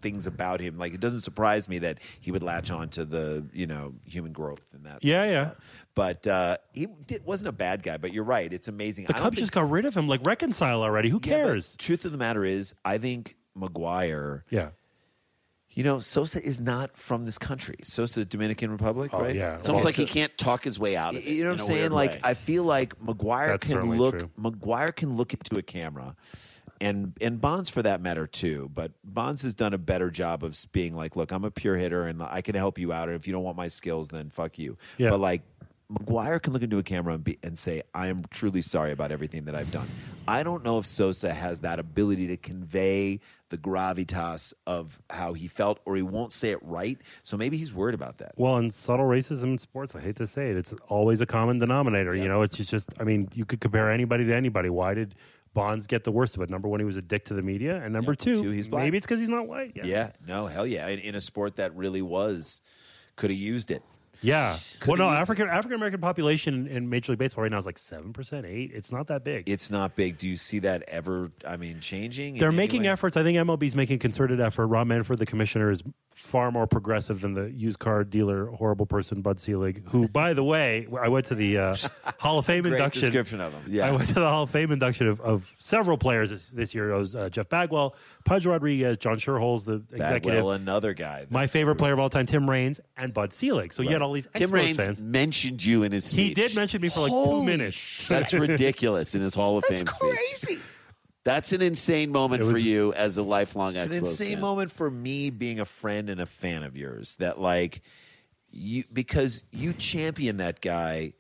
things about him. Like it doesn't surprise me that he would latch on to the you know human growth and that. sort Yeah, of yeah. stuff. But uh, he did, wasn't a bad guy. But you're right; it's amazing. the Cubs just got rid of him. Like, reconcile already. Who cares? truth of the matter is, I think McGuire. Yeah. You know, Sosa is not from this country. Sosa, Dominican Republic, Oh, right? yeah. It's almost Well, like he can't talk his way out of it. You know what in I'm a saying? weird Like way. I feel like McGuire That's can certainly look true. McGuire can look into a camera, and and Bonds for that matter too. But Bonds has done a better job of being like, look, I'm a pure hitter, and I can help you out. And if you don't want my skills, then fuck you. Yeah. But like. McGuire can look into a camera and, be, and say, "I am truly sorry about everything that I've done." I don't know if Sosa has that ability to convey the gravitas of how he felt, or he won't say it right. So maybe he's worried about that. Well, and subtle racism in sports, I hate to say it, it's always a common denominator. You know, it's just, just, I mean, you could compare anybody to anybody. Why did Bonds get the worst of it? Number one, he was a dick to the media. And number two, two, he's black. maybe it's because he's not white. Yeah. Yeah, no, hell yeah. In, in a sport that really was, could have used it. Yeah. Well, no, easily- African African American population in Major League Baseball right now is like 7%, 8 It's not that big. It's not big. Do you see that ever, I mean, changing? in They're any making way? efforts. I think MLB's making concerted effort. Rob Manfred, the commissioner, is far more progressive than the used car dealer, horrible person, Bud Selig, who, by the way, I went to the uh, Hall of Fame Great induction. description of him. I Yeah. went to the Hall of Fame induction of, of several players this, this year. It was uh, Jeff Bagwell, Pudge Rodriguez, John Sherholz, the executive. Bagwell, another guy. my favorite player of all time, Tim Raines, and Bud Selig. So you had all these Tim Expos Raines fans. mentioned you in his speech. He did mention me for like two Holy minutes. That's ridiculous in his Hall of Fame speech. That's an insane moment It for was- you as a lifelong It's an insane moment for me being a friend and a fan of yours that, like, you because you champion that guy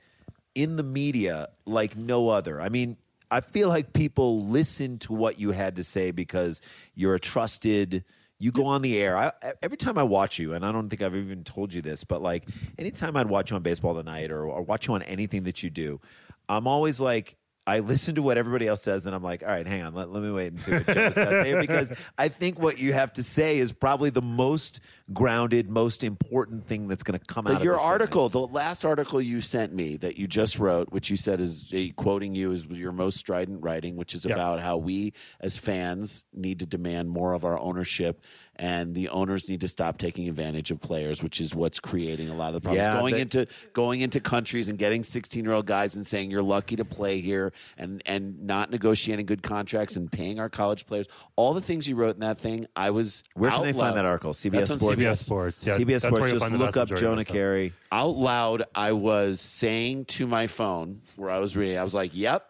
in the media like no other. I mean, I feel like people listen to what you had to say because you're a trusted. You go on the air. I, every time I watch you, and I don't think I've even told you this, but like anytime I'd watch you on Baseball Tonight or, or watch you on anything that you do, I'm always like, I listen to what everybody else says, and I'm like, all right, hang on, let, let me wait and see what Joe's got to say because I think what you have to say is probably the most grounded, most important thing that's going to come out But of your this segment. article, the last article you sent me that you just wrote, which you said is eh, quoting you is your most strident writing, which is Yeah. about how we as fans need to demand more of our ownership and the owners need to stop taking advantage of players, which is what's creating a lot of the problems. Yeah, going they- into going into countries and getting sixteen year old guys and saying you're lucky to play here and and not negotiating good contracts and paying our college players. All the things you wrote in that thing, I was Where can out they loud- find that article? CBS That's on Sports. CBS Sports, yeah, CBS that's where Sports. you'll Just find the look vast up majority of Jonah that stuff. Carey. out loud I was saying to my phone where I was reading, I was like, Yep,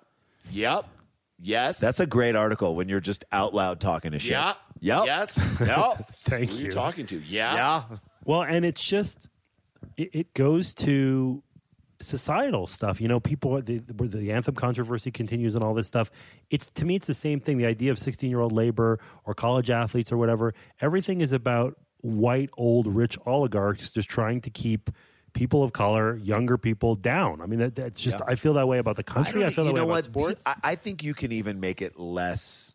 yep, yes. That's a great article when you're just out loud talking to shit. yep, Yep. yes, yep. Thank Who are you. you talking to? Yeah. Yeah. Well, and it's just it, it goes to societal stuff. You know, people the, where the anthem controversy continues and all this stuff. It's to me, it's the same thing. The idea of sixteen-year-old labor or college athletes or whatever. Everything is about white, old, rich oligarchs just trying to keep people of color, younger people down. I mean, that, that's just I feel that way about the country. I, don't- e-, feel that you way know about what? The- sports. I, I think you can even make it less.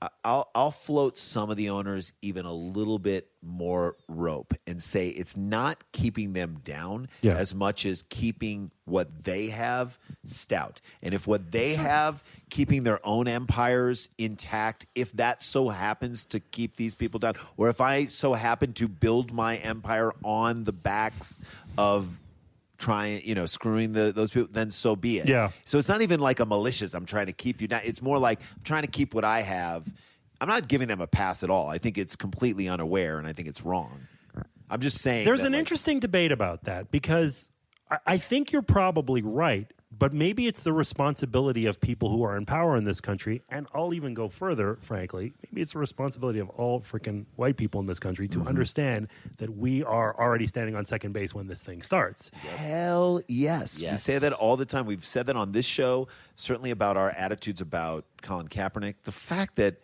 I- I'll I'll float some of the owners even a little bit more rope and say it's not keeping them down Yeah. as much as keeping what they have stout. And if what they have keeping their own empires intact, if that so happens to keep these people down, or if I so happen to build my empire on the backs of trying, you know, screwing the, those people, then so be it. Yeah. So it's not even like a malicious. I'm trying to keep you down. It's more like I'm trying to keep what I have. I'm not giving them a pass at all. I think it's completely unaware, and I think it's wrong. I'm just saying. There's that, an like, interesting debate about that because I, I think you're probably right, but maybe it's the responsibility of people who are in power in this country. And I'll even go further, frankly. Maybe it's the responsibility of all freaking white people in this country Mm-hmm. to understand that we are already standing on second base when this thing starts. Hell yes. We Yes. say that all the time. We've said that on this show, certainly about our attitudes about Colin Kaepernick. The fact that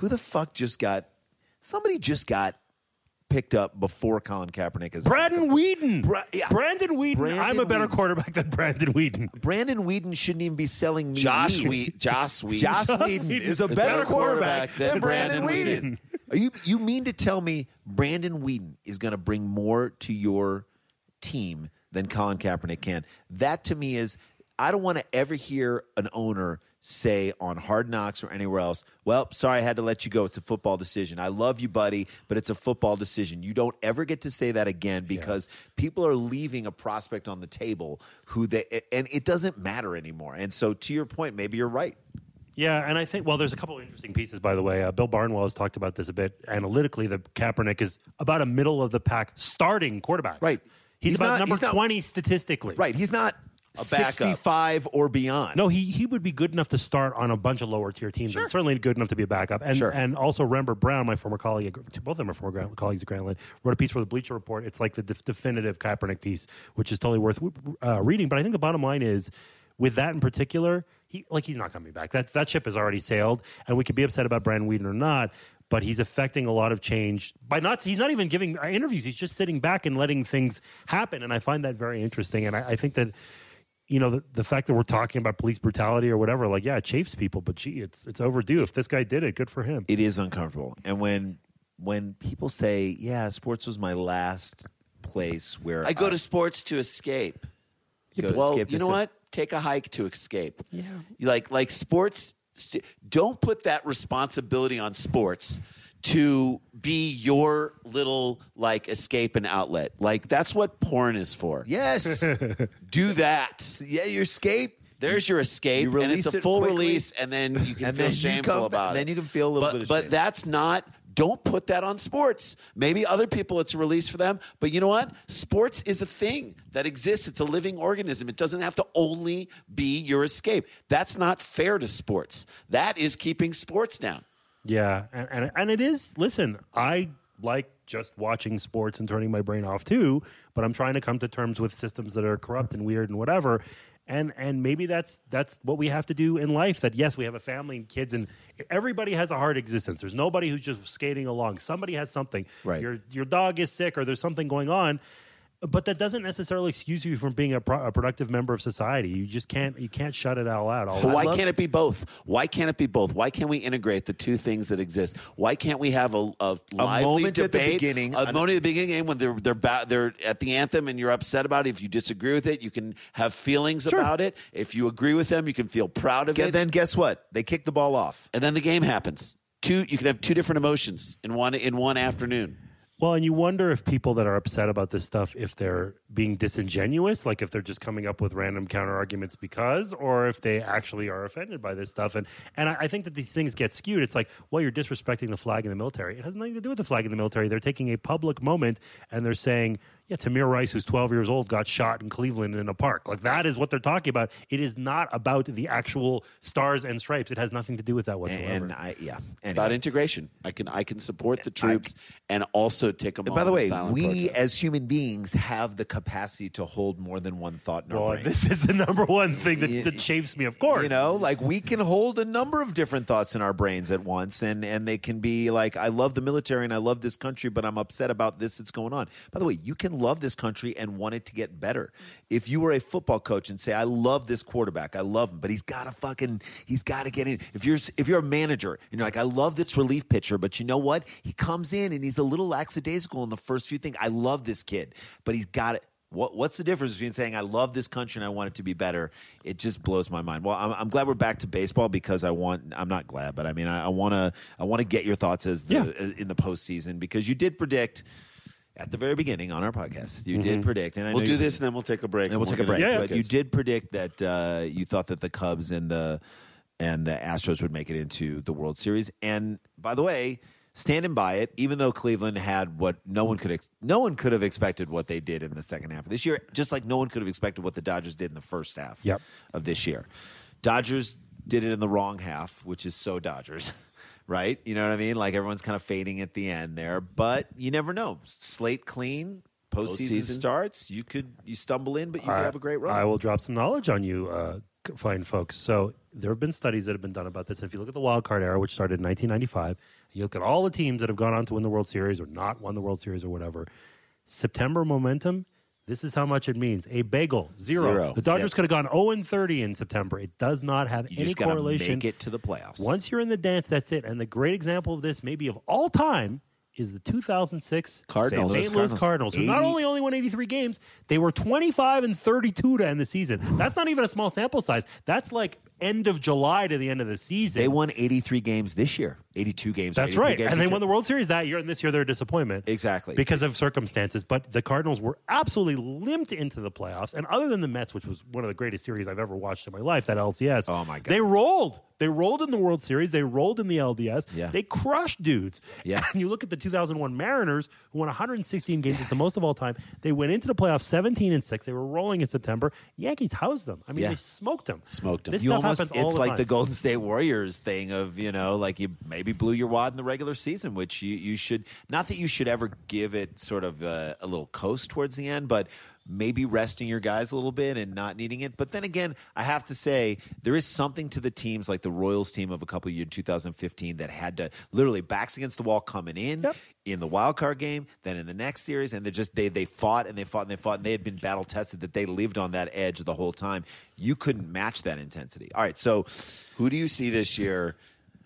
who the fuck just got somebody just got picked up before Colin Kaepernick is Brandon Whedon. Bra- yeah. Brandon Whedon. Brandon I'm a better Whedon. quarterback than Brandon Whedon. Brandon Whedon shouldn't even be selling me Josh weed. Wheat. Josh Wheat. Josh Whedon Whedon is a better, quarterback, than, Brandon, Whedon. Whedon. Are you you mean to tell me Brandon Whedon is going to bring more to your team than Colin Kaepernick can? That to me is I don't want to ever hear an owner say on Hard Knocks or anywhere else, "Well, sorry I had to let you go. It's a football decision. I love you, buddy, but it's a football decision." You don't ever get to say that again because people are leaving a prospect on the table who they and it doesn't matter anymore. And so to your point, maybe you're right. Yeah, and I think well, there's a couple of interesting pieces by the way. Uh, Bill Barnwell has talked about this a bit analytically. The Kaepernick is about a middle of the pack starting quarterback. Right. He's, He's about not- number he's not- twenty statistically. Right. He's not A backup. 65 or beyond. No, he he would be good enough to start on a bunch of lower tier teams, and certainly good enough to be a backup. And Sure. and also Rember Brown, my former colleague, at- both of them are former gra- colleagues at Grantland, wrote a piece for the Bleacher Report. It's like the def- definitive Kaepernick piece, which is totally worth uh, reading. But I think the bottom line is, with that in particular, he like he's not coming back. That that ship has already sailed, and we could be upset about Brandon Whedon or not. But he's affecting a lot of change by not. He's not even giving uh, interviews. He's just sitting back and letting things happen. And I find that very interesting. And I, I think that you know the, the fact that we're talking about police brutality or whatever like yeah it chafes people but gee it's it's overdue if this guy did it good for him It is uncomfortable. And when when people say, "Yeah, sports was my last place where I go to sports to escape. go to well, escape you this know stuff." what? Take a hike to escape. Yeah. You like like sports. st- Don't put that responsibility on sports to be your little like escape and outlet. Like that's what porn is for. Yes. Do that. yeah, your escape. There's your escape, You and it's release a it full quickly, release, and then you can and feel then you shameful come- about it. then you can feel a little but, bit of But shame. that's not. Don't put that on sports. Maybe other people, it's a release for them. But you know what? Sports is a thing that exists. It's a living organism. It doesn't have to only be your escape. That's not fair to sports. That is keeping sports down. yeah and, and and it is listen i like just watching sports and turning my brain off too but i'm trying to come to terms with systems that are corrupt and weird and whatever and and maybe that's that's what we have to do in life that yes we have a family and kids and everybody has a hard existence there's nobody who's just skating along somebody has something Right. your your dog is sick or there's something going on but that doesn't necessarily excuse you from being a, pro- a productive member of society you just can't you can't shut it all out all But the why time. can't it be both? Why can't it be both? Why can't we integrate the two things that exist? Why can't we have a, a, lively moment at the debate, beginning. a moment at the beginning of the game when they're they're, ba- they're at the anthem and you're upset about it. If you disagree with it, you can have feelings about it. If you agree with them, you can feel proud of Get- it. then guess what? They kick the ball off. and then the game happens. Two, you can have two different emotions in one in one afternoon. Well, and you wonder if people that are upset about this stuff, if they're being disingenuous, like if they're just coming up with random counter arguments because, or if they actually are offended by this stuff. And and I, I think that these things get skewed. It's like, well, you're disrespecting the flag in the military. It has nothing to do with the flag in the military. They're taking a public moment and they're saying, yeah, Tamir Rice, who's 12 years old, got shot in Cleveland in a park. Like that is what they're talking about. It is not about the actual stars and stripes. It has nothing to do with that whatsoever. And I, yeah. It's about Anyway. integration. I can I can support the troops and also take them. By the way, we as human beings have the capacity to hold more than one thought in our well, brain. this is the number one thing that, Yeah. that chafes me, of course. You know, like we can hold a number of different thoughts in our brains at once, and and they can be like, I love the military and I love this country, but I'm upset about this that's going on. By the way, you can love this country and want it to get better. If you were a football coach and say, I love this quarterback, I love him, but he's got to fucking, he's got to get in. If you're if you're a manager and you're like, I love this relief pitcher, but you know what? He comes in and he's a little lackadaisical in the first few things. I love this kid, but he's got it. What, what's the difference between saying I love this country and I want it to be better? It just blows my mind. Well, I'm, I'm glad we're back to baseball because I want. I'm not glad, but I mean, I want to. I want to get your thoughts as the, uh, Yeah. in the postseason because you did predict at the very beginning on our podcast. You did predict, and I Mm-hmm. we'll know do you- this and then we'll take a break. and We'll we'll take a get break. Yeah, yeah. But you did predict that uh, you thought that the Cubs and the and the Astros would make it into the World Series. And by the way, standing by it, even though Cleveland had what no one could ex- no one could have expected what they did in the second half of this year, just like no one could have expected what the Dodgers did in the first half Yep. of this year. Dodgers did it in the wrong half, which is so Dodgers. Right, you know what I mean. Like everyone's kind of fading at the end there, but you never know. Slate clean, postseason, Postseason. starts. You could you stumble in, but you I- could have a great run. I will drop some knowledge on you, uh, c- fine folks. So there have been studies that have been done about this. If you look at the wild card era, which started in 1995, you look at all the teams that have gone on to win the World Series or not won the World Series or whatever. September momentum. This is how much it means. A bagel zero. Zero. The Dodgers Yep. could have gone 0 and 30 in September. It does not have You any just got to correlation. make it to the playoffs. Once you're in the dance, that's it. And the great example of this, maybe of all time, is the 2006 Cardinals. St. Louis Cardinals, who not 80 only only won 83 games, they were 25 and 32 to end the season. That's not even a small sample size. That's like end of July to the end of the season. they won 83 games this year, 82 games. that's 83 right, games and they this won the year. World Series that year, and this year they're a disappointment. exactly Because of circumstances, but the Cardinals were absolutely limped into the playoffs. And other than the Mets, which was one of the greatest series I've ever watched in my life, that LCS. Oh, my God. They rolled. They rolled in the World Series. They rolled in the LDS. Yeah. They crushed dudes. Yeah. And you look at the 2001 Mariners, who won 116 games. It's the most of all time. They went into the playoffs 17 and six. They were rolling in September. Yankees housed them. I mean, Yeah. they smoked them. Smoked them. This you stuff almost happens it's all the like time. the Golden State Warriors thing of you know like you maybe blew your wad in the regular season, which you you should not that you should ever give it sort of uh, a, a little coast towards the end, but maybe resting your guys a little bit and not needing it. But then again, I have to say there is something to the teams like the Royals team of a couple of years in 2015 that had to literally backs against the wall coming in Yep. in the wild card game, then in the next series, and they just they they fought and they fought and they fought and they had been battle tested that they lived on that edge the whole time. You couldn't match that intensity. All right, so Who do you see this year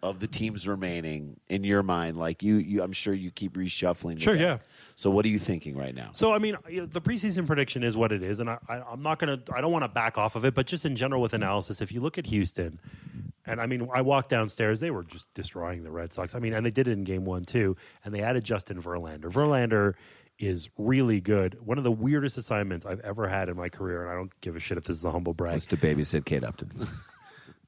of the teams remaining in your mind? Like you, you I'm sure you keep reshuffling. the Sure, deck. yeah. So what are you thinking right now? So I mean, uh, you know, the preseason prediction is what it is, and I, I, I'm not gonna, I don't want to back off of it. But just in general with analysis, if you look at Houston, and I mean, I walked downstairs, they were just destroying the Red Sox. I mean, and they did it in Game One too, and they added Justin Verlander. Verlander is really good. One of the weirdest assignments I've ever had in my career, and I don't give a shit if this is a humble brag. to babysit Kate Upton.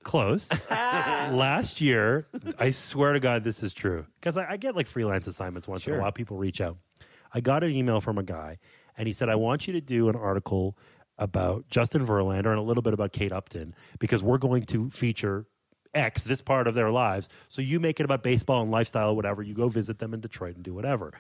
Close. Last year, I swear to God, this is true. Because I, I get like freelance assignments once in a while. People reach out. I got an email from a guy, and he said, I want you to do an article about Justin Verlander and a little bit about Kate Upton because we're going to feature X, this part of their lives. So you make it about baseball and lifestyle or whatever. You go visit them in Detroit and do whatever.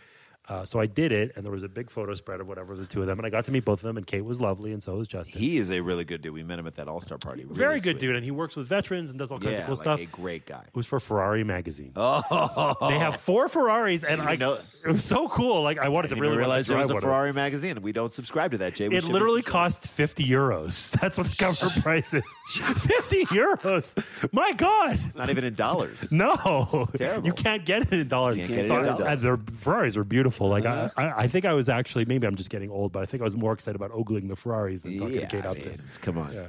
Uh, so I did it, and there was a big photo spread of whatever the two of them, and I got to meet both of them, and Kate was lovely, and so was Justin he is a really good dude. We met him at that All Star party. Really very good sweet. dude, and he works with veterans and does all kinds Yeah, of cool like stuff. a great guy. It was for Ferrari magazine. Oh, They have four Ferraris, and I know- it was so cool. Like I wanted to didn't really even realize want there to was a drive one of Ferrari magazine. We don't subscribe to that, Jay. We It should be literally subscribed. costs fifty euros. That's what the cover price is. fifty euros. My God. It's not even in dollars. No, terrible. you can't get it in dollars. You can't get it in So, dollars. Uh-huh. and their Ferraris are beautiful. Like I, I, I think I was actually maybe I'm just getting old, but I think I was more excited about ogling the Ferraris than talking Yeah, to Kate Upton. Jesus, come on.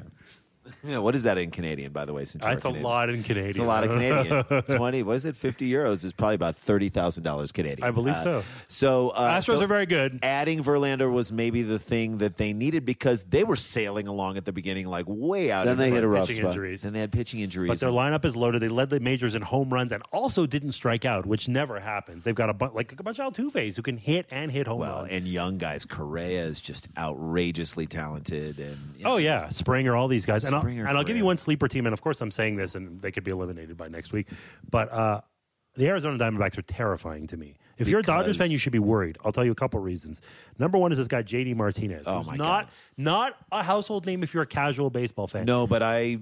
Yeah, what is that in Canadian, by the way? Since That's a lot in Canadian. It's a lot of Canadian. Twenty, what is it? Fifty euros is probably about thirty thousand dollars Canadian. I believe Uh, so. So uh, Astros so are very good. Adding Verlander was maybe the thing that they needed because they were sailing along at the beginning, like way out. Then in they front. hit a rough Pitching spot. injuries. Then they had pitching injuries. But their lineup is loaded. They led the majors in home runs and also didn't strike out, which never happens. They've got a bunch like a bunch of Altuve's who can hit and hit home well, runs. and young guys, Correa is just outrageously talented, and oh yeah, Springer, all these guys. And I'll, Springer, and I'll give you Correa. one sleeper team. And of course, I'm saying this, and they could be eliminated by next week. But uh, the Arizona Diamondbacks are terrifying to me. If you're a Because- Dodgers fan, you should be worried. I'll tell you a couple reasons. Number one is this guy JD Martinez, Oh, who's my not not a household name if you're a casual baseball fan. No, but I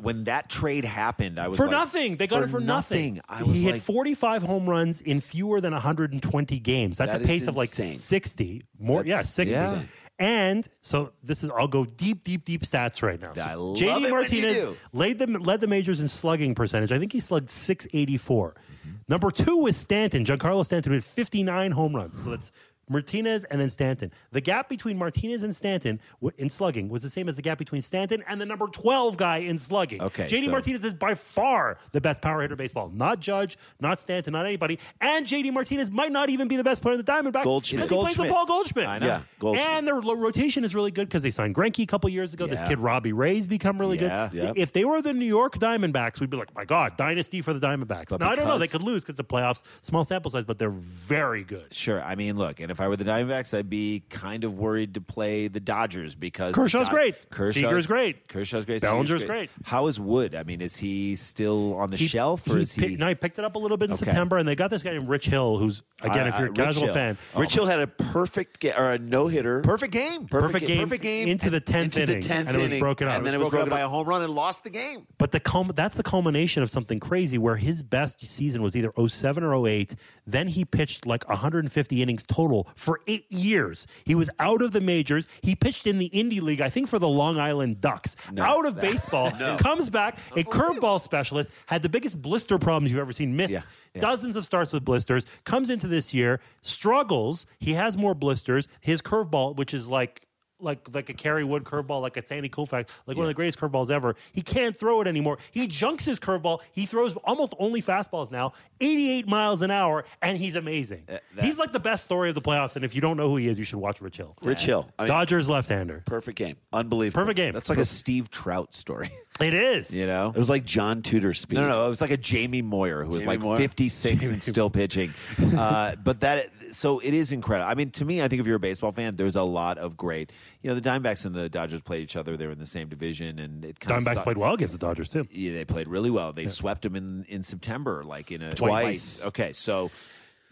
when that trade happened, I was for like, nothing. They got it for nothing. I was he like, hit 45 home runs in fewer than 120 games. That's That a is pace of like insane. 60 more. yeah, 60. yeah. And so this is I'll go deep, deep, deep stats right now. So I love it when JD you Martinez do. laid them led the majors in slugging percentage. I think he slugged 684. Mm-hmm. Number two was Stanton, Giancarlo Stanton, who had 59 home runs. So that's Martinez and then Stanton. The gap between Martinez and Stanton w- in slugging was the same as the gap between Stanton and the number 12 guy in slugging. Okay, JD so- Martinez is by far the best power hitter in baseball. Not Judge, not Stanton, not anybody. And JD Martinez might not even be the best player in the Diamondbacks. Goldschmidt. because He plays with Goldschmidt. Paul Goldschmidt. I know. Yeah, Goldschmidt. And their lo- rotation is really good because they signed Greinke a couple years ago. This Yeah. kid Robbie Ray's become really Yeah, good. yeah. If they were the New York Diamondbacks, we'd be like, my God, dynasty for the Diamondbacks. now I don't know; they because- could lose because the playoffs, small sample size, but they're very good. Sure. I mean, look, and if I were the Diamondbacks, I'd be kind of worried to play the Dodgers because the Kershaw's Dod- great. Kershaw's Seager's great. Kershaw's great. Bellinger's Seager's great. How is Wood? I mean, is he still on the shelf or is he? pick- no, he picked it up a little bit in Okay. September, and they got this guy named Rich Hill, who's again, I- I- if you're a Uh, Rich casual Hill. Oh. fan, Rich Hill had a perfect ga- or a no hitter. perfect game. perfect game, into the tenth into the inning, 10th and it was inning, broken up. and then it It was was broken up broken by up. a home run and lost the game. But the culm that's the culmination of something crazy where his best season was either 07 or 08. Then he pitched like 150 innings total for eight years. He was out of the majors. He pitched in the Indy League, I think for the Long Island Ducks. out of baseball, comes back, a curveball specialist, had the biggest blister problems you've ever seen, missed Yeah, yeah. dozens of starts with blisters, comes into this year, struggles. He has more blisters. His curveball, which is like like like a Kerry Wood curveball, like a Sandy Koufax, like one of the greatest curveballs ever. He can't throw it anymore. He junks his curveball. He throws almost only fastballs now, 88 miles an hour, and he's amazing. he's like the best story of the playoffs. And if you don't know who he is, you should watch Rich Hill. Rich Hill. I mean, Dodgers left-hander. perfect game. Unbelievable. Perfect game. That's like a Steve Trout story. It is. You know. It was like John Tudor speed. No, no, no, it was like a Jamie Moyer who was Jamie like Moyer. 56 and still pitching. Uh, but that, so it is incredible. I mean, to me, I think if you're a baseball fan, there's a lot of great. You know, the Diamondbacks and the Dodgers played each other. They were in the same division, and it kind Diamondbacks of played well against the Dodgers too. Yeah, they played really well. They swept them in in September, like in a Twice. Okay, so.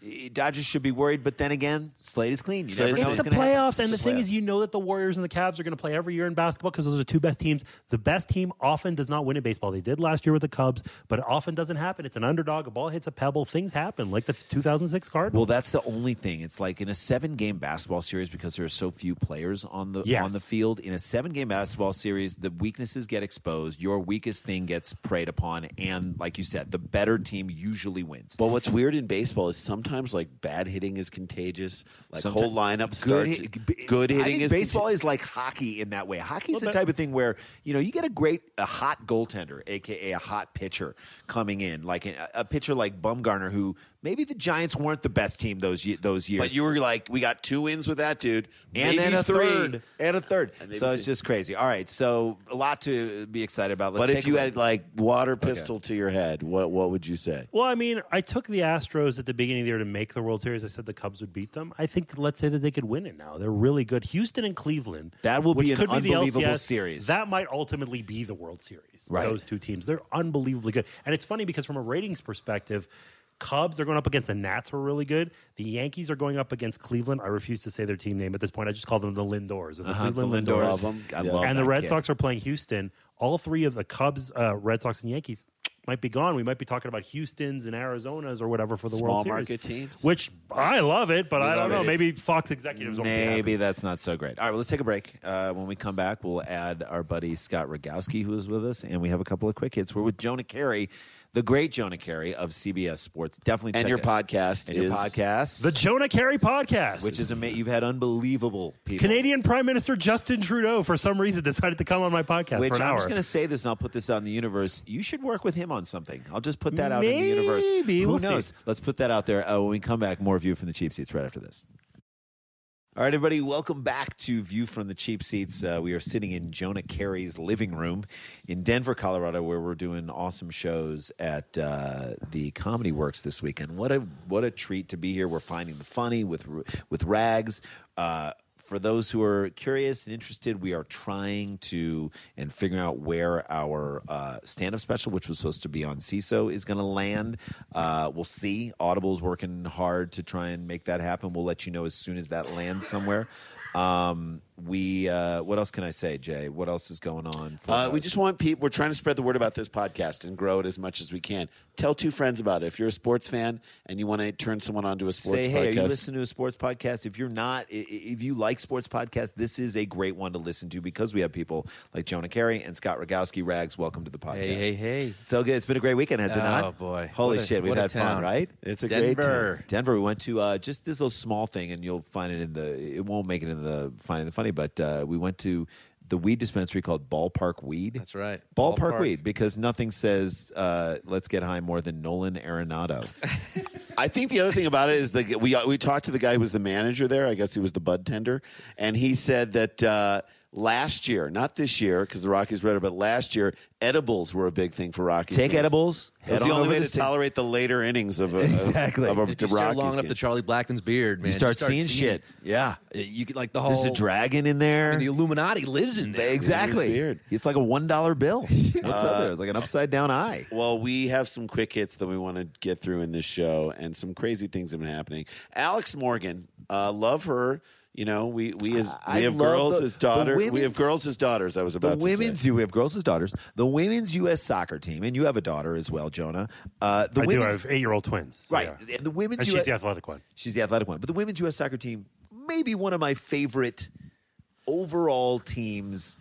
eh, Dodgers should be worried, but then again, slate is clean. You Slate never is know It's clean. the what's gonna happen. playoffs, and the thing is, you know that the Warriors and the Cavs are going to play every year in basketball because those are two best teams. The best team often does not win in baseball. They did last year with the Cubs, but it often doesn't happen. It's an underdog. A ball hits a pebble. Things happen, like the 2006 Cardinals. Well, that's the only thing. It's like in a seven game basketball series because there are so few players on the Yes. on the field. In a seven game basketball series, the weaknesses get exposed. Your weakest thing gets preyed upon, and like you said, the better team usually wins. But what's weird in baseball is sometimes like bad hitting is contagious. Like Sometimes- whole lineup good, starts. hit- b- good I hitting think is baseball conta- is like hockey in that way. Hockey's the Little bit. type of thing where you know you get a great a hot goaltender, aka a hot pitcher coming in, like a, a pitcher like Bumgarner, who maybe the Giants weren't the best team those ye- those years, But you were like, we got two wins with that dude, maybe and then a three. third, and a third. maybe so it's three. just crazy. All right, so a lot to be excited about. Let's But if take you a had look. like water pistol to your head, what what would you say? Well, I mean, I took the Astros at the beginning of the year to make the World Series. I said the Cubs would beat them. I think that let's say that they could win it now. They're really good. Houston and Cleveland. That will be which an could the unbelievable LCS, series. That might ultimately be the World Series. Right. Those two teams. They're unbelievably good. And it's funny because from a ratings perspective, Cubs, they're going up against the Nats, who are really good. The Yankees are going up against Cleveland. I refuse to say their team name at this point. I just call them the Lindors. And the Uh-huh, the Cleveland Lindors. Lindors. Love 'em. I Yeah. love and the that Red kid. Sox are playing Houston. All three of the Cubs, uh, Red Sox, and Yankees might be gone. We might be talking about Houston's and Arizona's or whatever for the Small World Series. market teams. which I love it, but I love don't know. it. Maybe Fox executives won't be happy. Maybe that's not so great. All right, well, let's take a break. Uh, when we come back, we'll add our buddy Scott Rogowski, who is with us, and we have a couple of quick hits. We're with Jonah Carey, the great Jonah Carey of CBS Sports. Definitely And check your it. podcast and your is- podcast, The Jonah Carey podcast, which is amazing. You've had unbelievable people. Canadian Prime Minister Justin Trudeau for some reason decided to come on my podcast Which for an I'm hour. just going to say this, and I'll put this out in the universe. You should work with him on something. I'll just put that out in the universe. Maybe. Who We'll see. knows? Let's put that out there. Uh, when we come back, more View from the Cheap Seats right after this. All right, everybody, welcome back to View from the Cheap Seats. Uh, we are sitting in Jonah Carey's living room in Denver, Colorado, where we're doing awesome shows at uh, the Comedy Works this weekend. What a what a treat to be here! We're finding the funny with with rags. Uh, for those who are curious and interested, we are trying to and figuring out where our uh, stand-up special, which was supposed to be on CISO, is going to land. Uh, we'll see. Audible's working hard to try and make that happen. We'll let you know as soon as that lands somewhere. Um, we uh, what else can I say, Jay? What else is going on? for Uh, us? we just want people. We're trying to spread the word about this podcast and grow it as much as we can. Tell two friends about it. If you're a sports fan and you want to turn someone onto a sports say, podcast, hey, are you listening to a sports podcast? If you're not, i- i- if you like sports podcasts, this is a great one to listen to because we have people like Jonah Carey and Scott Rogowski. Rags, welcome to the podcast. Hey, hey, hey. So good. It's been a great weekend, has it Oh, not? boy. Holy What a- shit, we've what a had fun, town. right? It's a great Denver. Denver. We went to uh, just this little small thing, and you'll find it in the. It won't make it in the finding the funny, but uh, we went to the weed dispensary called Ballpark Weed. That's right. Ballpark, Ballpark. Weed, because nothing says uh, "Let's get high" more than Nolan Arenado. I think the other thing about it is that we we talked to the guy who was the manager there. I guess he was the bud tender, and he said that uh, last year, not this year, because the Rockies were better, but last year edibles were a big thing for Rockies. Take fans. edibles. head It's the on only over way to the sta- tolerate the later innings of a Exactly. of, of a If you stare Rockies long enough game. to Charlie Blackman's beard, man, Uh, You start, seeing, shit. Yeah. You could like the whole. There's a dragon in there. and the Illuminati lives in there. exactly. It is weird. It's like a one dollar bill. What's Uh, up there? It's like an upside down eye. Well, we have some quick hits that we want to get through in this show, and some crazy things have been happening. Alex Morgan, uh, love her. You know, we we as I we have love girls the- as daughters. the We have women's- girls as daughters. I was about The to women's say. you we have girls as daughters. The women's U.S. soccer team, and you have a daughter as well, Jonah. Uh, the I do. I women's have eight-year-old twins, so right. yeah. And the women's and US she's the athletic one. She's the athletic one. But the women's U.S. soccer team, maybe one of my favorite overall teams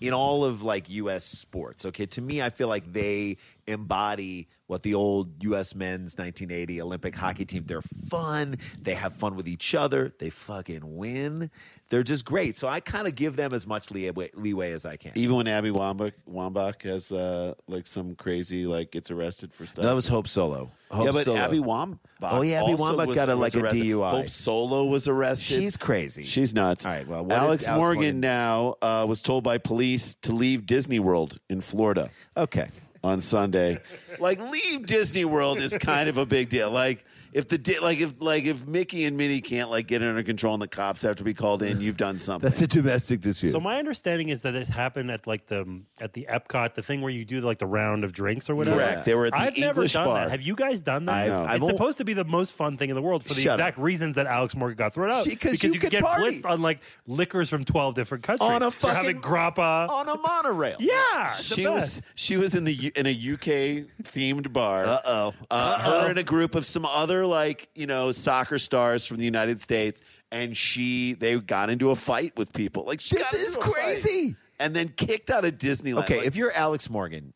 in all of like U.S. sports. Okay, to me, I feel like they embody what the old U.S. men's 1980 Olympic hockey team. They're fun. They have fun with each other. They fucking win. They're just great. So I kind of give them as much leeway, leeway as I can. Even when Abby Wambach, Wambach has uh, like some crazy like gets arrested for stuff. No, that was Hope Solo. Hope yeah, but Solo. Abby Wambach. Oh, yeah, Abby also Wambach was- got a, was like, a arrested. DUI. Hope Solo was arrested. She's crazy. She's nuts. All right, well, what Alex did Alex Morgan, Morgan- now uh, was told by police to leave Disney World in Florida. okay. on Sunday. like leave Disney World is kind of a big deal. Like if the di- like if like if Mickey and Minnie can't like get it under control and the cops have to be called in, you've done something. That's a domestic dispute. So my understanding is that it happened at like the um, at the Epcot, the thing where you do like the round of drinks or whatever. Correct. They were at the I've never English done bar. that. Have you guys done that? I've- No. I've it's al- supposed to be the most fun thing in the world for the Shut up. exact reasons that Alex Morgan got thrown out. She- 'cause you could could get party. blitzed on like liquors from twelve different countries. On a For having fucking- Oh, grappa. on a monorail. yeah, it's the she was best. she was in the U- in a UK themed bar. Uh-oh. Uh Her and a group of some other like you know soccer stars from the United States, and she they got into a fight with people. Like she got This is into a fight crazy. and then kicked out of Disneyland. Okay, Like, if you're Alex Morgan,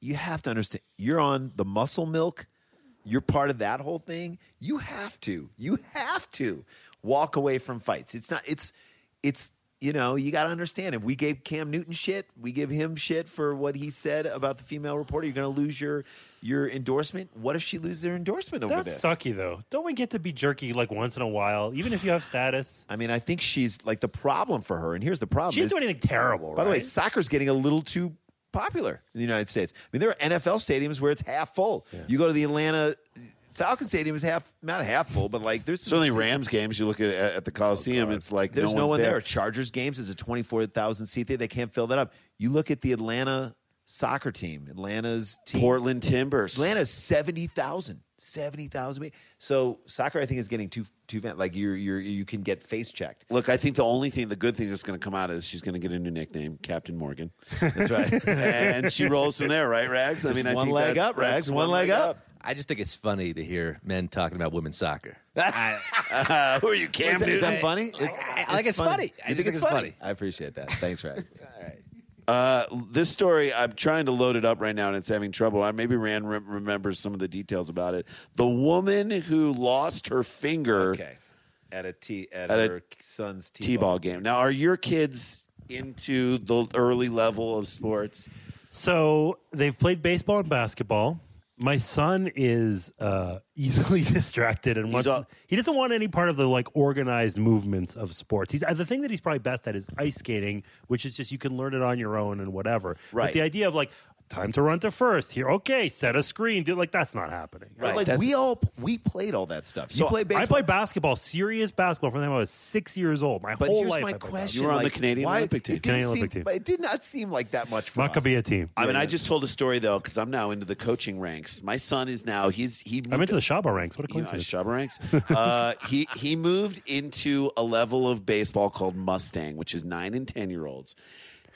you have to understand you're on the muscle milk. You're part of that whole thing. You have to. You have to walk away from fights. It's not it's it's you know, you got to understand if we gave Cam Newton shit, we give him shit for what he said about the female reporter, you're going to lose your your endorsement. What if she loses her endorsement over That's this? sucky though. Don't we get to be jerky like once in a while, even if you have status? I mean, I think she's like the problem for her and here's the problem. She didn't is- do anything terrible. By the way, right? soccer's getting a little too popular in the United States. I mean, there are NFL stadiums where it's half full. You go to the Atlanta Falcon Stadium is half not half full, but like there's certainly Rams games, you look at at the Coliseum, it's like Oh, There's no, one's one there. there. Chargers games is a twenty four thousand seat theater. They can't fill that up. You look at the Atlanta soccer team, Atlanta's team. Portland Timbers. Atlanta's seventy thousand. seventy thousand. So soccer, I think, is getting too too va- like you're you're you can get face checked. Look, I think the only thing, the good thing that's going to come out is she's going to get a new nickname, Captain Morgan, That's right. and she rolls from there, right, Rags? I mean, I one think leg that's- up, Rags. that's One leg up. I just think it's funny to hear men talking about women's soccer. Uh, who are you, Cam? Is that- is Newton? that funny? I- I- I like it's funny. I You just think it's funny? funny. I appreciate that. Thanks, Ryan. Uh, this story, I'm trying to load it up right now, and it's having trouble. I maybe Rand re- remembers some of the details about it. The woman who lost her finger okay. At a t at, At a her son's t t-ball game. Now, are your kids into the early level of sports? So they've played baseball and basketball. My son is uh, easily distracted and wants, all- he doesn't want any part of the like organized movements of sports. He's uh, the thing that he's probably best at is ice skating, which is just you can learn it on your own and whatever. Right. But the idea of like time to run to first here, okay, set a screen, dude, like that's not happening. But, Right, Like that's- we all we played all that stuff. So you play baseball. I played basketball, serious basketball, from the time I was six years old. My But whole here's life, my I played basketball. question: You were on the like, Canadian why- Olympic team. It didn't Canadian seem, Olympic team. but It did not seem like that much for Not gonna us. be a team. I mean, I just told a story though because I'm now into the coaching ranks. My son is now he's he. I'm into the Shaba ranks. What a you know, coincidence! Shaba ranks. Uh, he he moved into a level of baseball called Mustang, which is nine and ten year olds.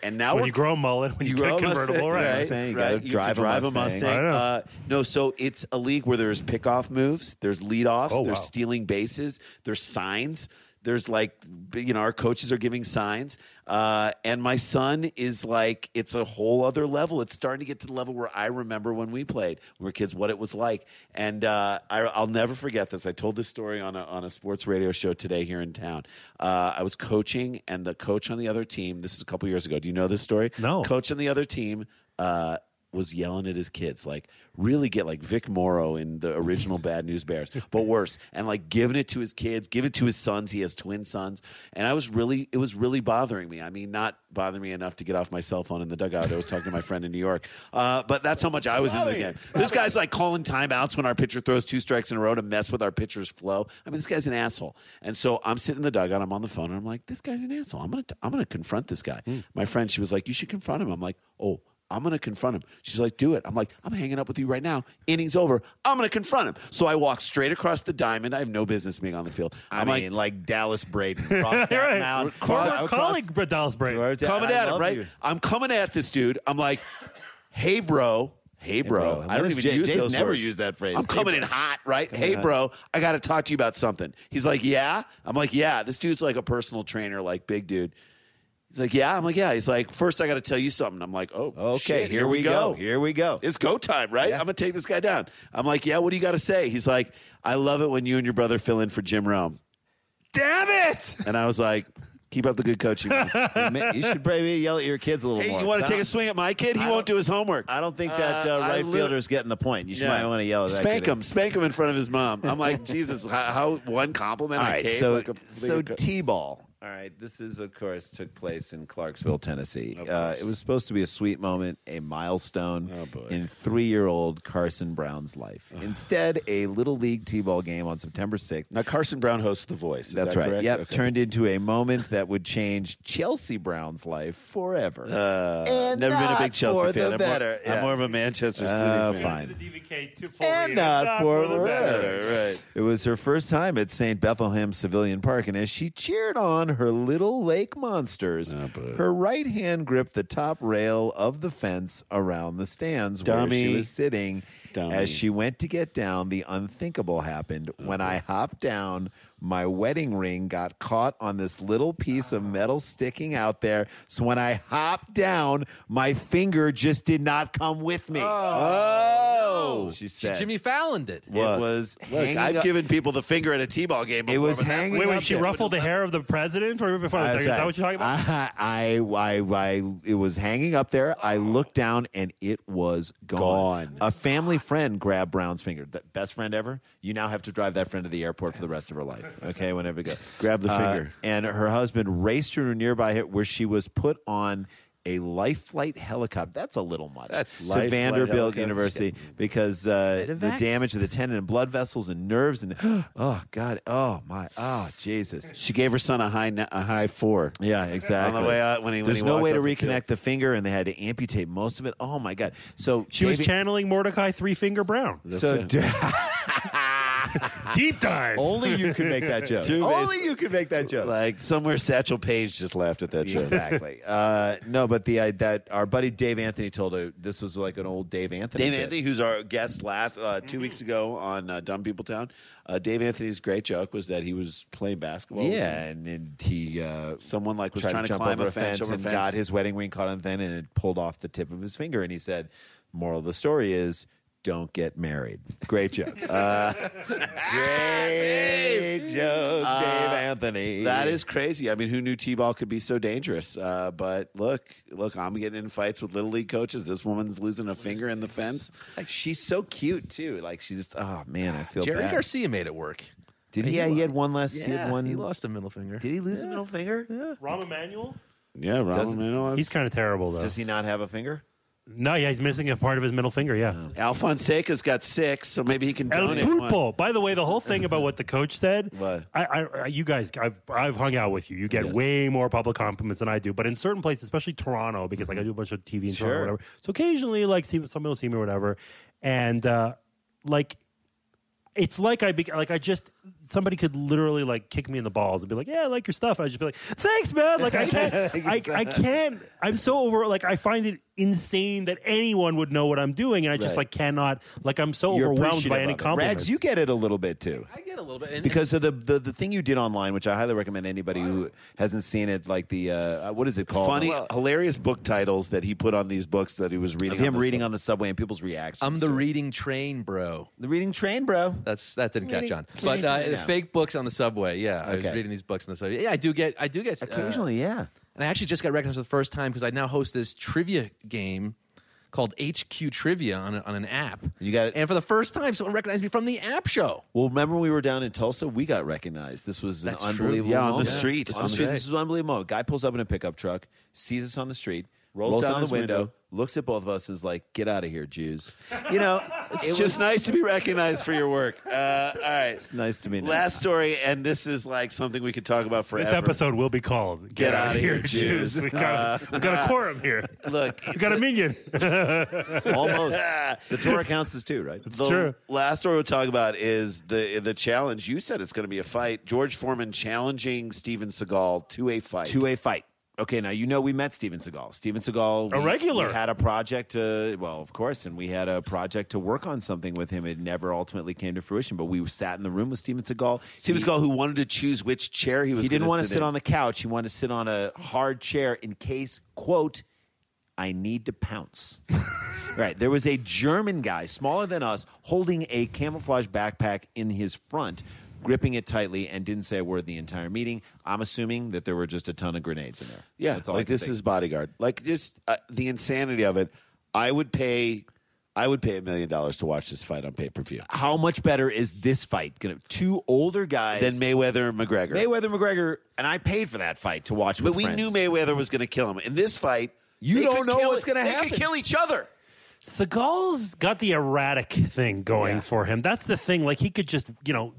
And now when we're you grow a mullet, when you, get a grow convertible, Mustang, right? Right, Mustang, you right. You gotta have to drive a drive a Mustang. Mustang. I know. Uh, no, so it's a league where there's pickoff moves, there's leadoffs, Oh, there's wow. stealing bases, there's signs. There's like, you know, our coaches are giving signs. Uh, and my son is like, it's a whole other level. It's starting to get to the level where I remember when we played, when we were kids, what it was like. And uh, I, I'll never forget this. I told this story on a, on a sports radio show today here in town. Uh, I was coaching, and the coach on the other team, this is a couple years ago. Do you know this story? No. Coach coach on the other team uh, was yelling at his kids, like really get like Vic Morrow in the original Bad News Bears, but worse, and like giving it to his kids, give it to his sons. He has twin sons, and I was really, it was really bothering me. I mean, not bothering me enough to get off my cell phone in the dugout. I was talking to my friend in New York, uh, but that's how much I was into the game. This guy's like calling timeouts when our pitcher throws two strikes in a row to mess with our pitcher's flow. I mean, this guy's an asshole. And so I'm sitting in the dugout, I'm on the phone, and I'm like, this guy's an asshole. I'm gonna, I'm gonna confront this guy. Hmm. My friend, she was like, you should confront him. I'm like, oh. I'm gonna confront him. She's like, do it. I'm like, I'm hanging up with you right now. Innings over. I'm gonna confront him. So I walk straight across the diamond. I have no business being on the field. I I'm mean, like, like, Dallas Braden, cross that Right. mound, Former cross, colleague Brad Dallas Braden. Cross, coming at him, right? I'm coming at this dude. I'm like, hey, bro. Hey, bro. bro. I don't What even is Jay- use Jay's those never words. used that phrase. I'm Hey, coming in bro. hot, right? hey, bro, I got to talk to you about something. He's like, yeah. I'm like, yeah. This dude's like a personal trainer, like big dude. He's like, yeah. I'm like, yeah. He's like, first, I got to tell you something. I'm like, oh, Okay, shit, here, we go. Here we go. it's go time, right? I'm gonna take this guy down. I'm like, yeah, what do you got to say? He's like, I love it when you and your brother fill in for Jim Rome. Damn it! And I was like, keep up the good coaching. man. you should probably yell at your kids a little hey, more. you want I to take a don't- swing at my kid? He won't do his homework. I don't think that uh, Uh, I right lit- fielder's getting the point. You should Yeah. might want to yell at that Spank kid. him, spank him in front of his mom. I'm like, Jesus, how, how one compliment All I right, gave. so like a, so like a- t-ball. All right, this is of course took place in Clarksville, Tennessee. Uh, it was supposed to be a sweet moment, a milestone Oh, in three-year-old Carson Brown's life. Instead, a little league t-ball game on September sixth. now Carson Brown hosts The Voice. Is That's that right. correct? Yep, Okay. turned into a moment that would change Chelsea Brown's life forever. Uh, And never been a big not Chelsea for fan. the I'm, better. More, I'm Yeah. more of a Manchester City Uh, fan. fine. and Right. It was her first time at St. Bethlehem Civilian Park, and as she cheered on her little lake monsters, Ah, her right hand gripped the top rail of the fence around the stands where she Dummy. was sitting. Dummy. Ah, As she went to get down, the unthinkable happened. When I hopped down, my wedding ring got caught on this little piece of metal sticking out there. So when I hopped down, my finger just did not come with me. Oh, she said. Jimmy Fallon did. it was Look, hanging I've up- given people the finger at a t-ball game. Before, it was but that's- hanging. Wait, up wait, she there. ruffled the hair of the president or before the That's second. Is right. Ah, that what you're talking about? I, I, I, I, it was hanging up there. I looked down and it was gone. Gone. A family friend grabbed Brown's finger. That best friend ever. You now have to drive that friend to the airport for the rest of her life. Okay, whenever it goes. Uh, Grab the finger. And her husband raced her to a nearby hit where she was put on a life flight helicopter. That's a little much. That's to life flight Vanderbilt helicopter. University because uh, the damage to the tendon and blood vessels and nerves and oh god, oh my, oh Jesus. She gave her son a high, n- a high four. Yeah, exactly. way out when he- when there's he no walked way to off the field. reconnect the, finger, and they had to amputate most of it. Oh my god! So she was Davy- channeling Mordecai Three Finger Brown. So Da- Deep dive. Only you can make that joke. Two Only base- you can make that joke. Like somewhere Satchel Paige just laughed at that joke. Exactly. Uh, no, but the I, that our buddy Dave Anthony told a this was like an old Dave Anthony. Dave bit. Anthony, who's our guest last uh, 2 weeks ago on uh, Dumb People Town, uh, Dave Anthony's great joke was that he was playing basketball. with Yeah, and, and he uh, someone like was tried trying to, jump climb over a fence, over a and fence. got his wedding ring caught on thin, and it pulled off the tip of his finger. And he said, "Moral of the story is." Don't get married. Great joke. Uh, great joke, Dave Anthony. That is crazy. I mean, who knew T-ball could be so dangerous? Uh, but look, look, I'm getting in fights with little league coaches. This woman's losing a finger in the fence. Like, she's so cute too. Like she just. Oh man, I feel Jerry bad. Garcia made it work. Did he? Yeah, he had one last. he had Yeah, one. he lost a middle finger. Did he lose the middle finger? Rahm Emanuel? Yeah, Rahm Doesn't- Emanuel. He's kind of terrible, though. Does he not have a finger? no, yeah, he's missing a part of his middle finger, yeah. Alfonseca's got six, so maybe he can El donate Pulpo. one. By the way, the whole thing about what the coach said. What? I, I, I- you guys, I've, I've hung out with you. You get Yes. way more public compliments than I do. But in certain places, especially Toronto, because like I do a bunch of TV in Toronto, Sure. or whatever. So occasionally, like, see, somebody will see me or whatever, and uh, like. It's like I be, like I just somebody could literally like kick me in the balls and be like, "Yeah, I like your stuff." And I'd just be like, "Thanks, man." Like I can't, I, I can't. I'm so over. Like I find it insane that anyone would know what I'm doing, and I just Right. like cannot. Like I'm so You're overwhelmed appreciative by any of it. compliments. Rags, you get it a little bit too. I get a little bit. And, Because of the, the the thing you did online, which I highly recommend anybody who hasn't seen it, like the uh, what is it called? Funny, hilarious book titles that he put on these books that he was reading. of him on the Um, reading on the subway and people's reactions. I'm the to it. reading train bro. the reading train, bro. That's that didn't catch Reading- on. But reading train uh, now. fake books on the subway. Yeah, I was Okay. reading these books on the subway. Yeah, I do get. I do get uh, Occasionally, yeah. And I actually just got recognized for the first time because I now host this trivia game called HQ Trivia on, a- on an app. You got it. And for the first time, someone recognized me from the app show. Well, remember when we were down in Tulsa, we got recognized. This was an That's true. unbelievable. Yeah, on the moment. street. This On was- the street. This was unbelievable. A guy pulls up in a pickup truck, sees us on the street, rolls, down down, the his window, window. looks at both of us, and is like, "Get out of here, Jews." You know, it's It's just nice to be recognized for your work. Uh, all right. nice to meet. Last story, and this is like something we could talk about forever. This episode will be called "Get, Outta Outta Here, Jews. We got, we got a quorum here. Look, We got a minion. almost. the tour counts as two, right? the Sure. last story we'll talk about is the the challenge. You said it's going to be a fight. George Foreman challenging Steven Seagal to a fight. to a fight. Okay, now you know we met Steven Seagal. Steven Seagal, A we- regular. we had a project to, well, of course, and we had a project to work on something with him. It never ultimately came to fruition, but we sat in the room with Steven Seagal. Steven He- Seagal, who wanted to choose which chair he was. He didn't gonna want to sit in. on the couch. He wanted to sit on a hard chair in case, quote, I need to pounce. right. There was a German guy, smaller than us, holding a camouflage backpack in his front, gripping it tightly, and didn't say a word the entire meeting. I'm assuming that there were just a ton of grenades in there. Yeah, That's all I like can this think. is bodyguard. Like just uh, the insanity of it. I would pay. I would pay a million dollars to watch this fight on pay per view. How much better is this fight? Gonna two older guys Then Mayweather and McGregor. Mayweather McGregor, and I paid for that fight to watch. but with we friends. knew Mayweather was going to kill him. In this fight, You they don't could know kill what's it- gonna They happen. could kill each other. Seagal's got the erratic thing going for him. That's the thing. Like he could just, you know,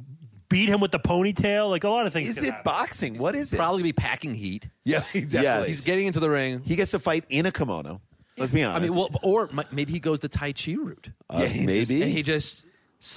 beat him with the ponytail. Like a lot of things. Is can it happen. boxing? What is it? Probably gonna be packing heat. Yeah, exactly. Yes. He's getting into the ring. He gets to fight in a kimono. Let's be I honest. mean, well, or mi- maybe he goes the Tai Chi route. Uh, he maybe. just- And he just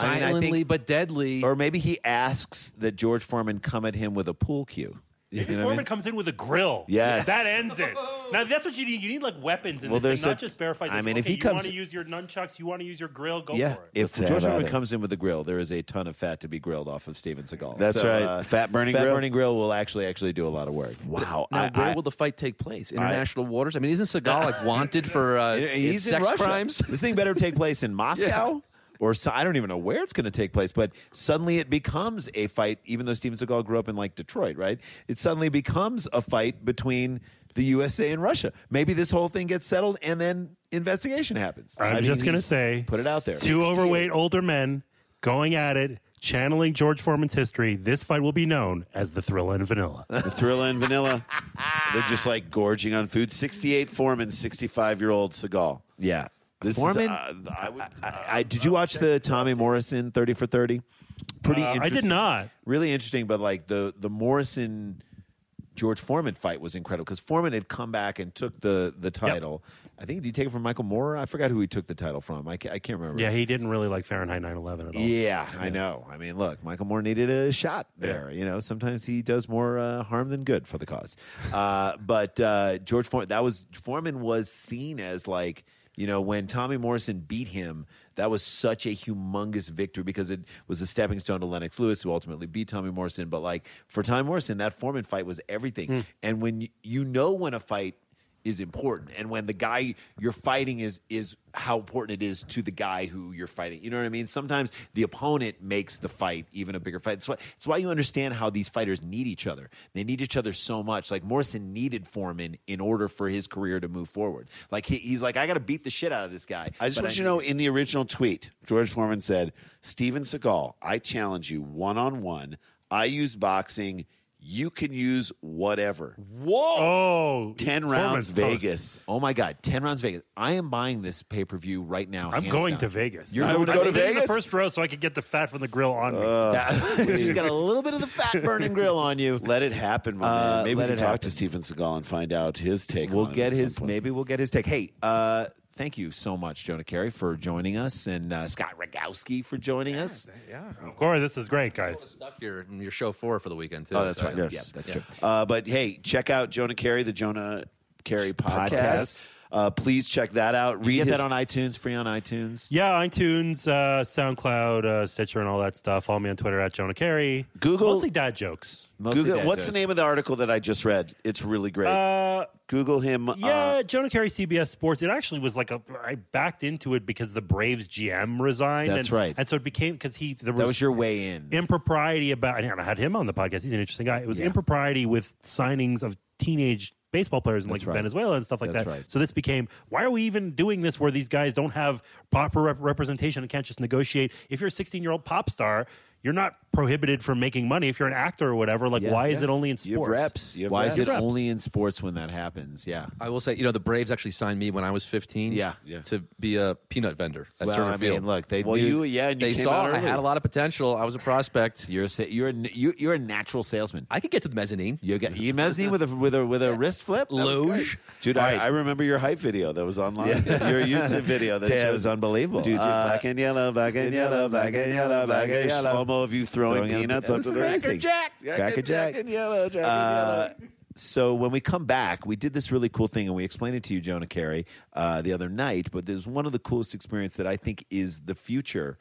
I mean, I silently think- but deadly. or maybe he asks that George Foreman come at him with a pool cue. You know what I Foreman mean? comes in with a grill. Yes. that ends it. Now that's what you need. You need like weapons in Well, this there's thing, a- not just bare fights. I Like, mean, if okay, he you comes- want to use your nunchucks, you want to use your grill, go Yeah, for it. if Let's George have at Foreman it. comes in with a grill, there is a ton of fat to be grilled off of Steven Seagal. uh, That's right. Fat burning fat grill? burning grill will actually actually do a lot of work. Wow. now, I- where I- will the fight take place? International waters? I mean, isn't Seagal like wanted for uh, He's in sex Russia. crimes? This thing better take place in Moscow. Or so, I don't even know where it's going to take place, but suddenly it becomes a fight. Even though Steven Seagal grew up in like Detroit, right? It suddenly becomes a fight between the USA and Russia. Maybe this whole thing gets settled, and then investigation happens. I'm I mean, just gonna he's- say, put it out there. Two overweight older men going at it, channeling George Foreman's history. This fight will be known as the Thrill and Vanilla. The Thrilla and Vanilla. They're just like gorging on food. 68 Foreman, 65 year old Seagal. yeah. This Foreman, is. Uh, I would, uh, I, I, did you watch the Tommy Morrison Thirty for Thirty? Pretty. Uh, I interesting. did not. Really interesting, but like the the Morrison George Foreman fight was incredible because Foreman had come back and took the the title. I think did he take it from Michael Moore? I forgot who he took the title from. I, ca- I can't remember. Yeah, he didn't really like Fahrenheit 9/11 at all. Yeah, I know. I mean, look, Michael Moore needed a shot there. You know, sometimes he does more uh, harm than good for the cause. Uh, but uh, George Foreman, that was Foreman was seen as like. You know, when Tommy Morrison beat him, that was such a humongous victory because it was a stepping stone to Lennox Lewis, who ultimately beat Tommy Morrison. But like for Tommy Morrison, that Foreman fight was everything. Hmm. And when you, you know when a fight is important and when the guy you're fighting is is how important it is to the guy who you're fighting you know what i mean sometimes the opponent makes the fight even a bigger fight that's why, that's why you understand how these fighters need each other they need each other so much like morrison needed foreman in order for his career to move forward like he, he's like i gotta beat the shit out of this guy I just but want you to need know in the original tweet, George Foreman said, Steven Seagal, I challenge you one on one. I use boxing. You can use whatever. Whoa. Oh, 10 Foreman's rounds toast. Vegas. Oh my God! Ten rounds Vegas. I am buying this pay per view right now. I'm hands going down. to Vegas. You're I going would to Uh. go to Sitting in the Vegas? first row so I could get the fat from the grill on me. That- She's got a little bit of the fat burning grill on you. Let it happen, my Uh, man. Maybe we let can it talk happen. to Steven Seagal and find out his take. We'll on it get at some his. point. Maybe we'll get his take. Hey, uh, thank you so much, Jonah Carey, for joining us, and uh, Scott Rogowski for joining us. Of course, this is great, guys. Stuck here in your show four for the weekend too. Oh, that's so- right. Yes, Yeah, that's true. Uh, but hey, check out Jonah Carey, the Jonah Carey podcast. Podcast. Uh, please check that out. Read Get his, that on iTunes, free on iTunes. Yeah, iTunes, uh, SoundCloud, uh, Stitcher, and all that stuff. Follow me on Twitter at Jonah Carey. Google- mostly dad jokes. Mostly Google. that What's the does. name of the article that I just read? It's really great. Uh, Google him. yeah, uh, Jonah Carey, CBS Sports. It actually was like a. I backed into it because the Braves GM resigned. That's and, right. and so it became because he there was, That was your way in. impropriety about. And I had him on the podcast. He's an interesting guy. It was Yeah. impropriety with signings of teenage baseball players in like That's right. Venezuela and stuff like That's that. right. So this became why are we even doing this where these guys don't have proper rep- representation and can't just negotiate? If you're a 16 year old pop star, you're not prohibited from making money. If you're an actor or whatever, like Yeah, why yeah. is it only in you have sports? reps. You have Why is it reps. only in sports when that happens? Yeah. I will say, you know, the Braves actually signed me when I was 15. Yeah. Yeah. To be a peanut vendor at Well, Turner I mean, Field. look, they Well, you knew- yeah, and you they came saw out I early. had a lot of potential. I was a prospect. You're a sa- you're a n- you- you're a natural salesman. I could get to the mezzanine. You get you mezzanine with a with a with a wrist flip. That was great. Luge. Dude, All I, right. I remember your hype video that was online. Your YouTube video that Damn, it shows was unbelievable. Dude, Uh, black and yellow, black and yellow, black and yellow, black and yellow. Slow mo of you throwing, Throwing peanuts up- up to the That was amazing. Cracker Cracker Jack. Jack. and yellow, Jack and Uh, yellow. so when we come back, we did this really cool thing, and we explained it to you, Jonah Carey, uh, the other night. But there's one of the coolest experience that I think is the future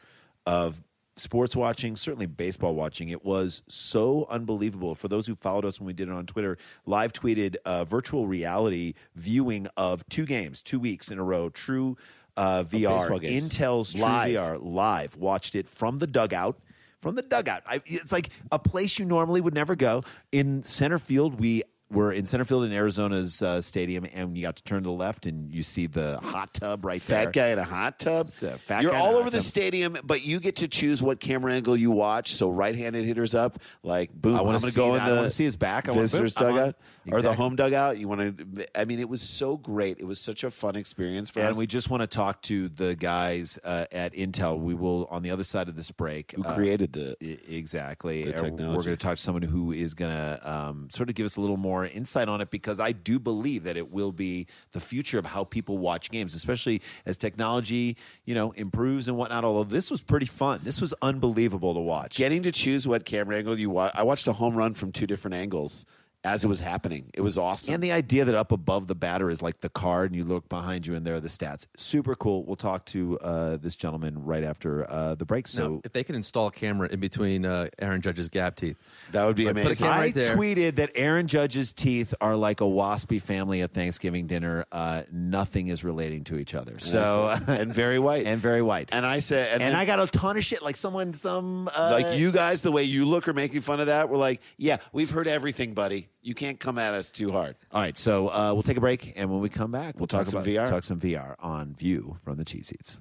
of sports watching, certainly baseball watching. It was so unbelievable for those who followed us when we did it on Twitter. Live tweeted uh, virtual reality viewing of two games, two weeks in a row. True uh, VR, baseball games. Intel's True Live. VR live. Watched it from the dugout. From the dugout, I, it's like a place you normally would never go. In center field, we were in center field in Arizona's uh, stadium, and you got to turn to the left, and you see the hot tub right there. Fat guy in a hot tub. It's a fat You're guy in a all hot over the tub. stadium, but you get to choose what camera angle you watch. So right-handed hitters up, like boom. I want wanna to see go in that. I the wanna see his back. I wanna- visitors boom, I'm on. dugout or the Exactly. home dugout. You want to? I mean, it was so great. It was such a fun experience for us. And we just want to talk to the guys uh, at Intel. We will on the other side of this break. who uh, created the I- exactly. the Uh, We're technology. going to talk to someone who is going to um, sort of give us a little more insight on it because I do believe that it will be the future of how people watch games, especially as technology, you know, improves and whatnot. Although this was pretty fun. This was unbelievable to watch. getting to choose what camera angle you watch. I watched a home run from two different angles as it was happening. It was awesome. and the idea that up above the batter is like the card, and you look behind you, and there are the stats. Super cool. We'll talk to uh, this gentleman right after uh, the break. So Now, if they can install a camera in between uh, Aaron Judge's gap teeth, that would be But put a amazing. camera I right there. tweeted that Aaron Judge's teeth are like a waspy family at Thanksgiving dinner. Uh, nothing is relating to each other. So and very white and very white. And I said, and, And then- I got a ton of shit. Like someone, some uh, like you guys, the way you look are making fun of that. We're like, yeah, we've heard everything, buddy. You can't come at us too hard. All right, so uh, we'll take a break, and when we come back, we'll, talk some about VR. Talk some VR on View from the cheap seats.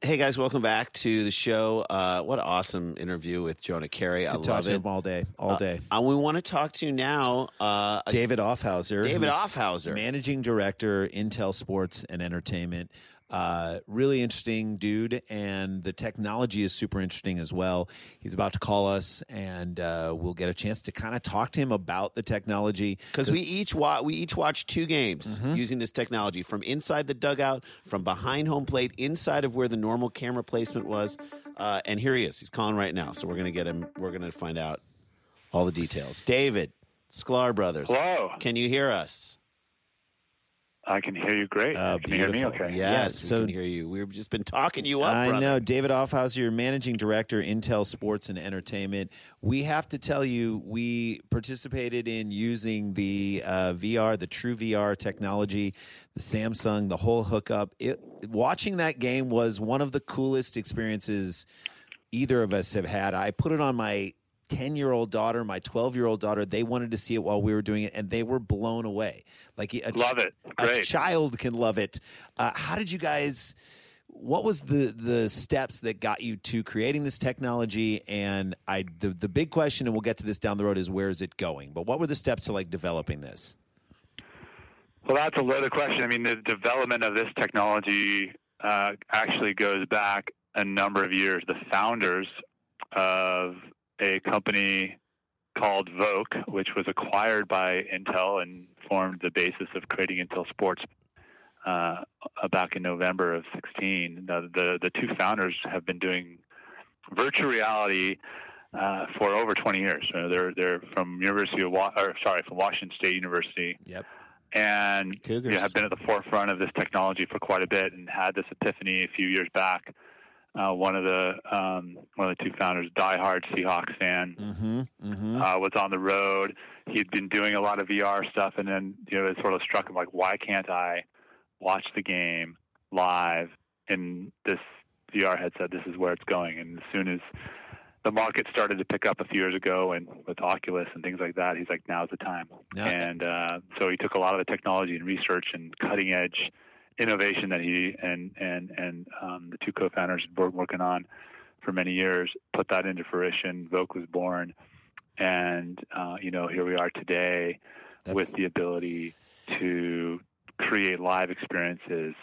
Hey guys, welcome back to the show. Uh, what an awesome interview with Jonah Carey. I love it. Uh, all day, all day. And we want to talk to you now. Uh, David Offhauser. David who's Offhauser. Managing Director, Intel Sports and Entertainment. Uh, really interesting dude, and the technology is super interesting as well. He's about to call us, and uh, we'll get a chance to kind of talk to him about the technology. Because we each wa- we each watch two games using this technology from inside the dugout, from behind home plate, inside of where the normal camera placement was, uh, and here he is. He's calling right now, so we're gonna get him. We're gonna find out all the details. David Sklar Brothers, Hello. can you hear us? I can hear you great. Uh, can you hear me beautiful. okay? Yeah, yes, so- we can hear you. We've just been talking you up. I brother. know. David Offhauser, your managing director, Intel Sports and Entertainment. We have to tell you, we participated in using the uh, VR, the true VR technology, the Samsung, the whole hookup. It, watching that game was one of the coolest experiences either of us have had. I put it on my 10 year old daughter, my 12 year old daughter. They wanted to see it while we were doing it, and they were blown away. Like, a Love it. a Great. child can love it. Uh, how did you guys? What was the the steps that got you to creating this technology? And I the the big question, and we'll get to this down the road, is where is it going? But what were the steps to like developing this? Well, that's a loaded question. I mean, the development of this technology uh, actually goes back a number of years. The founders of a company called Vogue, which was acquired by Intel and formed the basis of creating Intel Sports uh, back in November of 16. The, the, the two founders have been doing virtual reality uh, for over 20 years. So they're, they're from University of Wa- or sorry, from Washington State University Yep. and you Cougars. know, have been at the forefront of this technology for quite a bit and had this epiphany a few years back. Uh, one of the um, one of the two founders, diehard Seahawks fan, Mm-hmm. Mm-hmm. uh, was on the road. He'd been doing a lot of VR stuff, and then you know it sort of struck him like, why can't I watch the game live in this VR headset? This is where it's going. And as soon as the market started to pick up a few years ago, and with Oculus and things like that, he's like, now's the time. Yeah. And uh, so he took a lot of the technology and research and cutting edge innovation that he and and and um, the two co-founders had been working on for many years, put that into fruition. Vogue was born, and uh, you know here we are today with the ability to create live experiences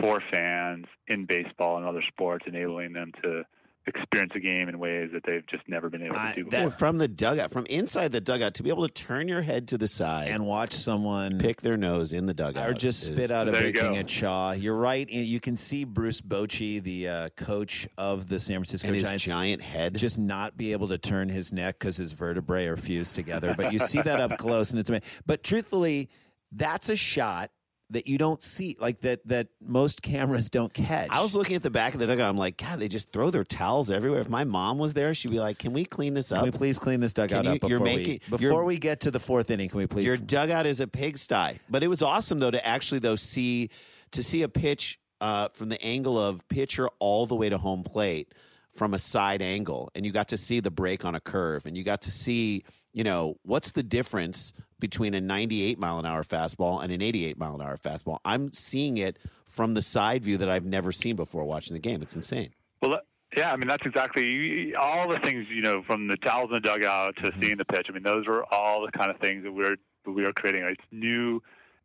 for fans in baseball and other sports, enabling them to experience a game in ways that they've just never been able to I- do before. That from the dugout, from inside the dugout, to be able to turn your head to the side And watch someone pick their nose in the dugout, or just spit is- out a There you baking go. at Shaw. You're right. and You can see Bruce Bochy, the uh, coach of the San Francisco and his Giants, giant head. just not be able to turn his neck because his vertebrae are fused together. But you see that up close, and it's amazing. But truthfully, that's a shot that you don't see, like that that most cameras don't catch. I was looking at the back of the dugout. I'm like, God, they just throw their towels everywhere. If my mom was there, she'd be like, Can we clean this can up? we please clean this dugout Can you- up before, you're we, making- you're- before we get to the fourth inning? Can we please? Your dugout is a pigsty. But it was awesome though to actually though see to see a pitch uh, from the angle of pitcher all the way to home plate from a side angle, and you got to see the break on a curve, and you got to see you know what's the difference between a 98 mile an hour fastball and an 88 mile an hour fastball. I'm seeing it from the side view that I've never seen before watching the game. It's insane. Well, that- yeah, I mean that's exactly all the things you know from the towels in the dugout to seeing the pitch. I mean those were all the kind of things that we're that we are creating. It's new,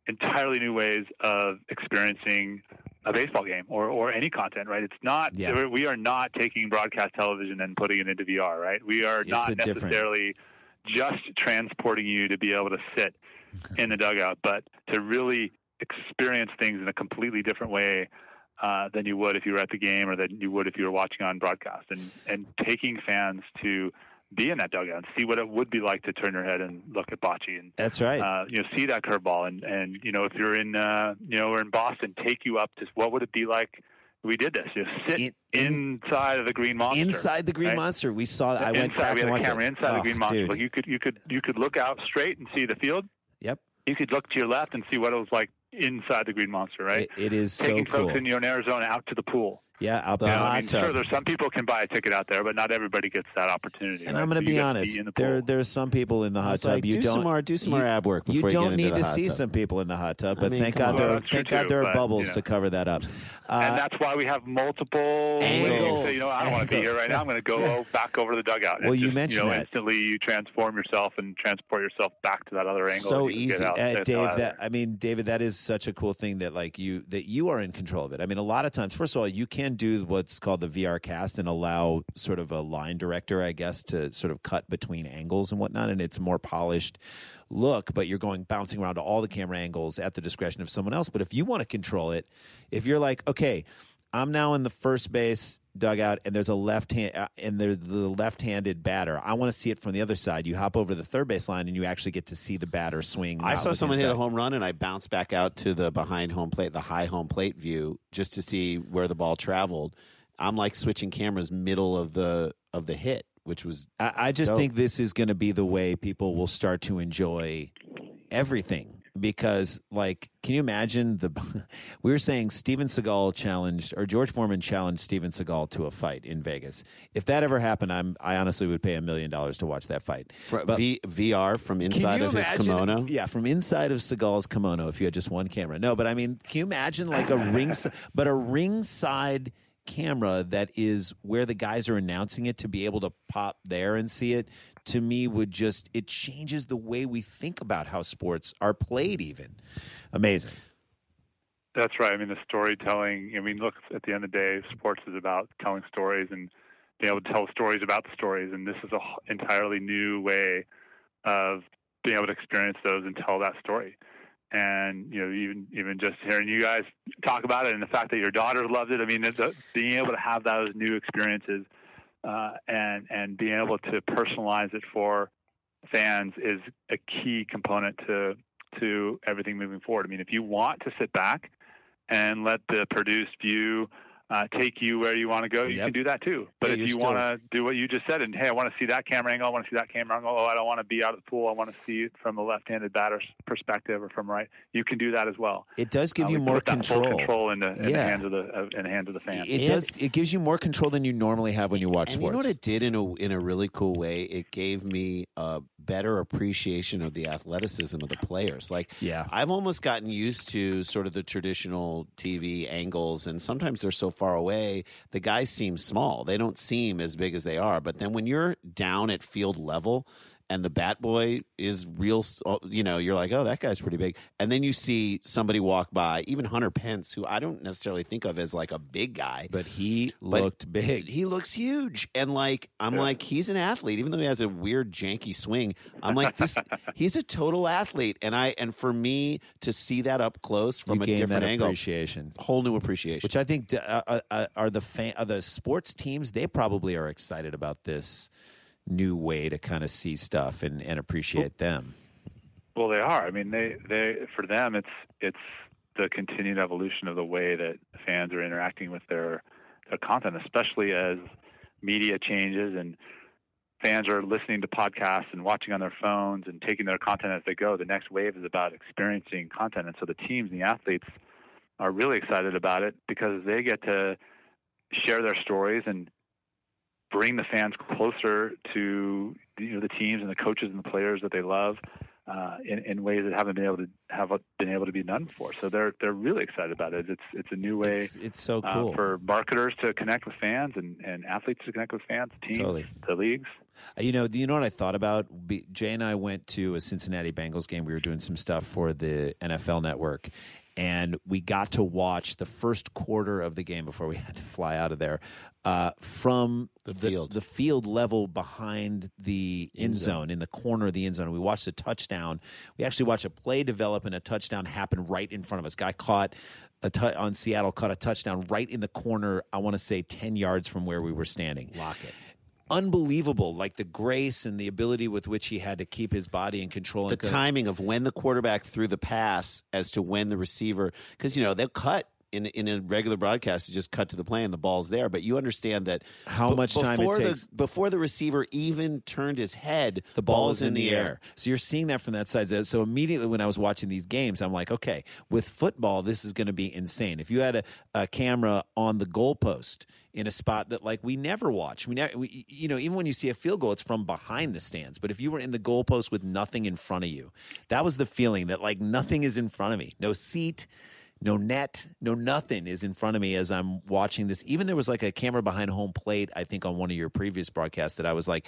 entirely new ways of experiencing a baseball game or, or any content. Right? It's not Yeah. we are not taking broadcast television and putting it into VR. Right? We are It's a not different- necessarily just transporting you to be able to sit in the dugout, but to really experience things in a completely different way uh, than you would if you were at the game or than you would if you were watching on broadcast, and and taking fans to be in that dugout and see what it would be like to turn your head and look at Bocce and that's right. uh, you know see that curveball and and you know if you're in uh, you know we're in Boston, take you up to what would it be like? if We did this. You know, sit In- inside of the Green Monster. Inside the Green right? Monster, we saw. I went inside, back we had and a watched camera it. inside the Oh, Green Monster. dude. Like you could you could you could look out straight and see the field. Yep. You could look to your left and see what it was like inside the Green Monster. Right It- it is so taking cool. folks in you know, in Arizona out to the pool, Yeah, I'll You know, I mean, sure, there's some people can buy a ticket out there, but not everybody gets that opportunity. And right? I'm going So to you be gotta honest. in the there, pool. there's some people in the hot It's tub. like, you do don't some more- do some more ab work You before you get don't into need the to hot see tub. some people in the hot tub, but mean, thank come God on. there, Well, are that's thank true God there too, are but, bubbles you to know. cover that up. and Uh, that's why we have multiple ways. Angles. So, you know, I don't want to be here right now. I'm going to go back over to the dugout. And Well, it's you just, mentioned you know, that. instantly you transform yourself and transport yourself back to that other angle. so that you can get easy, out, uh, get out Dave. of That there. I mean, David, that is such a cool thing that like you that you are in control of it. I mean, a lot of times, first of all, you can do what's called the VR cast and allow sort of a line director, I guess, to sort of cut between angles and whatnot, and it's a more polished look. But you're going bouncing around to all the camera angles at the discretion of someone else. But if you want to control it, if you're like, okay, I'm now in the first base dugout, and there's a left hand, uh, and there's the left-handed batter. I want to see it from the other side. You hop over to the third base line, and you actually get to see the batter swing. I not saw with someone his hit a bat. home run, and I bounced back out to the behind home plate, the high home plate view, just to see where the ball traveled. I'm like switching cameras middle of the of the hit, which was I, I just Dope. think this is going to be the way people will start to enjoy everything because, like, can you imagine the? We were saying Steven Seagal challenged or George Foreman challenged Steven Seagal to a fight in Vegas. If that ever happened, I'm I honestly would pay a million dollars to watch that fight. fr- But- v, VR from inside can you of his imagine- kimono. Yeah, from inside of Seagal's kimono. If you had just one camera, no. But I mean, can you imagine like a ring, but a ringside camera that is where the guys are announcing it to be able to pop there and see it? To me, would just it changes the way we think about how sports are played. Even amazing. That's right. I mean, the storytelling. I mean, look, at the end of the day, sports is about telling stories and being able to tell stories about the stories. And this is an entirely new way of being able to experience those and tell that story. And you know, even even just hearing you guys talk about it and the fact that your daughters loved it. I mean, it's a, being able to have those new experiences uh, and and being able to personalize it for fans is a key component to to everything moving forward. I mean, if you want to sit back and let the produced view uh, take you where you want to go, you Yep. can do that too. But Yeah, if you're you still- want to do what you just said, and hey, I want to see that camera angle, I want to see that camera angle. Oh, I don't want to be out of the pool. I want to see it from the left-handed batter's perspective or from right. You can do that as well. It does give Uh, you we more put that full control in, the, in the Yeah. hands of the of, in the hands of the fans. It does. It gives you more control than you normally have when you watch and sports. you know what it did in a in a really cool way? It gave me a better appreciation of the athleticism of the players. Like yeah. I've almost gotten used to sort of the traditional TV angles, and sometimes they're so far away, the guys seem small. They don't seem as big as they are. But then when you're down at field level and the bat boy is real, s- oh, you know, you're like, oh, that guy's pretty big. And then you see somebody walk by, even Hunter Pence, who I don't necessarily think of as like a big guy. But he But looked big. He looks huge, and like I'm like he's an athlete, even though he has a weird janky swing. I'm like this, he's a total athlete, and I and for me to see that up close from you a gain different that angle, appreciation. whole new appreciation. Which I think uh, uh, uh, are the fan, are the sports teams. They probably are excited about this new way to kind of see stuff and, and appreciate them. Well, they are. I mean, they they for them, it's it's the continued evolution of the way that fans are interacting with their their content, especially as media changes and fans are listening to podcasts and watching on their phones and taking their content as they go. The next wave is about experiencing content, and so the teams and the athletes are really excited about it because they get to share their stories and bring the fans closer to you know the teams and the coaches and the players that they love uh, in, in ways that haven't been able to have been able to be done before. So they're they're really excited about it. It's it's a new way It's, it's so uh, cool. for marketers to connect with fans and, and athletes to connect with fans, teams, Totally. the leagues. Uh, You know, do you know what I thought about? Be- Jay and I went to a Cincinnati Bengals game. We were doing some stuff for the NFL Network, and we got to watch the first quarter of the game before we had to fly out of there uh, from The field. the field level behind the end End zone. zone, in the corner of the end zone. And we watched a touchdown. We actually watched a play develop and a touchdown happen right in front of us. Guy caught a tou- on Seattle caught a touchdown right in the corner. I want to say ten yards from where we were standing unbelievable like the grace and the ability with which he had to keep his body in control the and co- timing of when the quarterback threw the pass as to when the receiver, because you know they'll cut in in a regular broadcast you just cut to the play and the ball's there. But you understand that How much time it before the- takes. before the receiver even turned his head, the ball is in the air. So you're seeing that from that side. So immediately when I was watching these games, I'm like, okay, with football, this is going to be insane. If you had a, a camera on the goalpost in a spot that like we never watch, we never, we, you know, even when you see a field goal, it's from behind the stands. But if you were in the goalpost with nothing in front of you, that was the feeling that like nothing is in front of me, no seat. No net, no nothing is in front of me as I'm watching this. Even there was like a camera behind home plate, I think, on one of your previous broadcasts that I was like,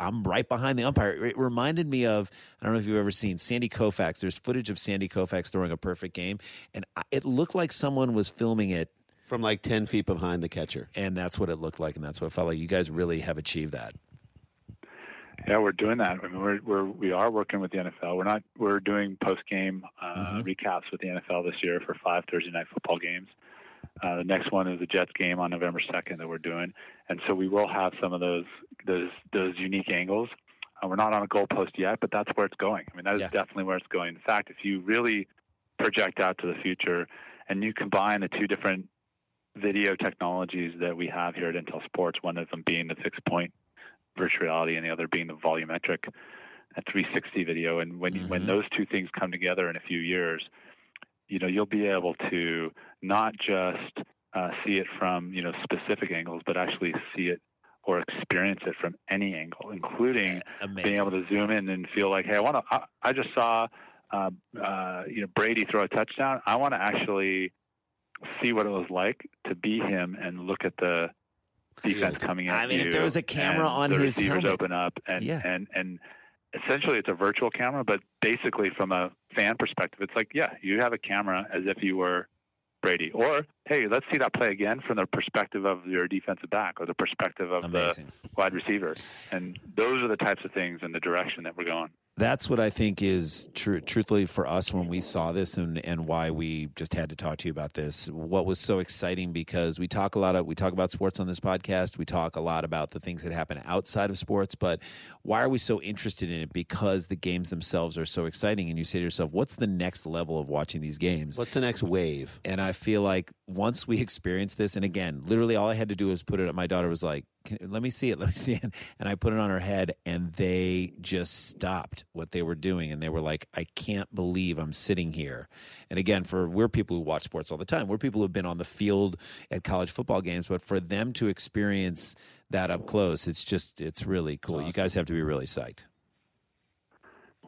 I'm right behind the umpire. It reminded me of I don't know if you've ever seen Sandy Koufax. There's footage of Sandy Koufax throwing a perfect game, and I- it looked like someone was filming it, from like ten feet behind the catcher. and that's what it looked like, and that's what it felt like. You guys really have achieved that. Yeah, we're doing that. I mean, we're, we're we are working with the NFL. We're not we're doing post game uh, Mm-hmm. recaps with the NFL this year for five Thursday night football games. Uh, the next one is the Jets game on November second that we're doing, and so we will have some of those those those unique angles. Uh, we're not on a goalpost yet, but that's where it's going. I mean, that is Yeah. definitely where it's going. In fact, if you really project out to the future and you combine the two different video technologies that we have here at Intel Sports, one of them being the six point virtual reality and the other being the volumetric uh, 360 video and when you when those two things come together in a few years you know you'll be able to not just uh, see it from you know specific angles but actually see it or experience it from any angle including Amazing. being able to zoom in and feel like, hey, I want to. I, I just saw, uh, uh, you know, Brady throw a touchdown. I want to actually see what it was like to be him and look at the defense coming at I mean, you. if there was a camera and on the his receivers helmet. open up, and Yeah. and and essentially it's a virtual camera, but basically from a fan perspective, it's like, yeah, you have a camera as if you were. Brady, or hey, let's see that play again from the perspective of your defensive back or the perspective of the Amazing. wide receiver. And those are the types of things and the direction that we're going. that's what I think is true. Truthfully, for us, when we saw this and and why we just had to talk to you about this, what was so exciting because we talk a lot of we talk about sports on this podcast. We talk a lot about the things that happen outside of sports, but why are we so interested in it? Because the games themselves are so exciting, and you say to yourself, "What's the next level of watching these games?" What's the next wave? And I feel like once we experience this, and again, literally all I had to do was put it up. My daughter was like, Can, let me see it, let me see it. And I put it on her head, and they just stopped what they were doing. And they were like, I can't believe I'm sitting here. And again, for we're people who watch sports all the time, we're people who've been on the field at college football games, but for them to experience that up close, it's just, it's really cool. You guys have to be really psyched.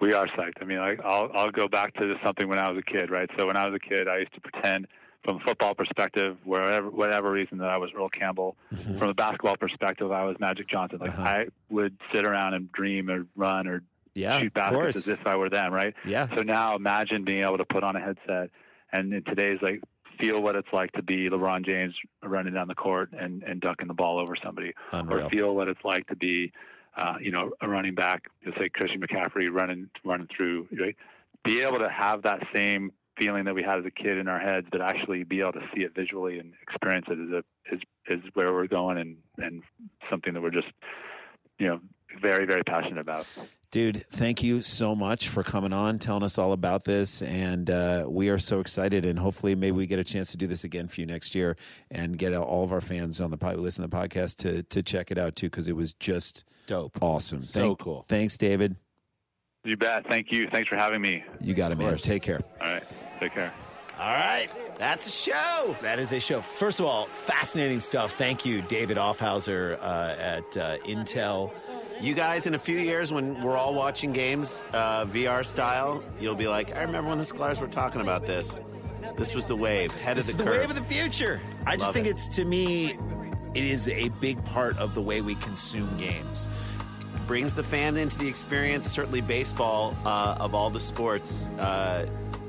We are psyched. I mean, I, I'll I'll go back to something when I was a kid, right? So when I was a kid, I used to pretend, from a football perspective, wherever whatever reason, that I was Earl Campbell. From a basketball perspective, I was Magic Johnson. Like Mm-hmm. Uh-huh. I would sit around and dream or run or Yeah, shoot of baskets course. as if I were them, right? Yeah. So now imagine being able to put on a headset and in today's like feel what it's like to be LeBron James running down the court and, and ducking the ball over somebody. Unreal. Or feel what it's like to be uh, you know, a running back, let's say Christian McCaffrey running running through right? be able to have that same feeling that we had as a kid in our heads, but actually be able to see it visually and experience it is a, is is where we're going and, and something that we're just you know, very, very passionate about. Dude, thank you so much for coming on, telling us all about this, and uh, we are so excited. And hopefully, maybe we get a chance to do this again for you next year, and get all of our fans on the pod, who listen to the podcast to to check it out too, because it was just Dope. awesome. So cool. Thanks, David. You bet. Thank you. Thanks for having me. You got it, man. Take care. All right. Take care. All right. That's a show. That is a show. First of all, fascinating stuff. Thank you, David Offhauser uh, at uh, Intel. You guys, in a few years, when we're all watching games uh, VR style, you'll be like, I remember when the scholars were talking about this. This was the wave, head This of is the the curve. wave of the future. I just Love think it. it's to me, it is a big part of the way we consume games. Brings the fan into the experience. Certainly, baseball uh, of all the sports. Uh,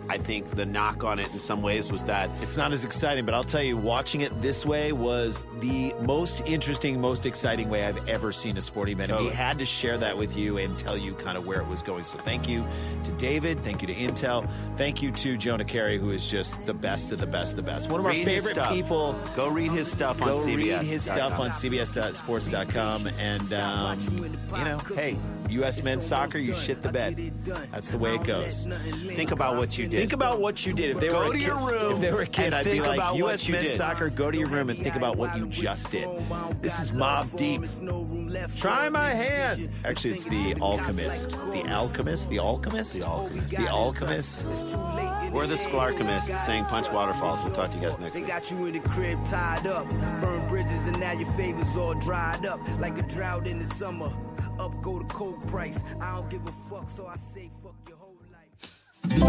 I think the knock on it in some ways was that It's not as exciting, but I'll tell you, watching it this way was the most interesting, most exciting way I've ever seen a sporting event. And we Totally. had to share that with you and tell you kind of where it was going. So thank you to David. Thank you to Intel. Thank you to Jonah Carey, who is just the best of the best of the best. One of Read our his favorite stuff. people. Go read his stuff on Go CBS. read his stuff on CBS.sports.com. And, um, you know, Hey, U.S. men's soccer, you shit the bed. That's the way it goes. Think about what you did. Think about what you did. If they Go were a to kid, your room if they were a kid, and I'd be think like, about what U.S. you men's did." soccer, go to your room and think about what you just did. This is Mob Deep. Try my hand. Actually, it's the Alchemist. The Alchemist. The Alchemist. The Alchemist. The Alchemist. We're the Sklarchemists saying Punch Waterfalls. We'll talk to you guys next They week. got you in the crib tied up. Burn bridges and now your favors all dried up. Like a drought in the summer. Up go the coke price. I don't give a fuck, so I say fuck your whole life.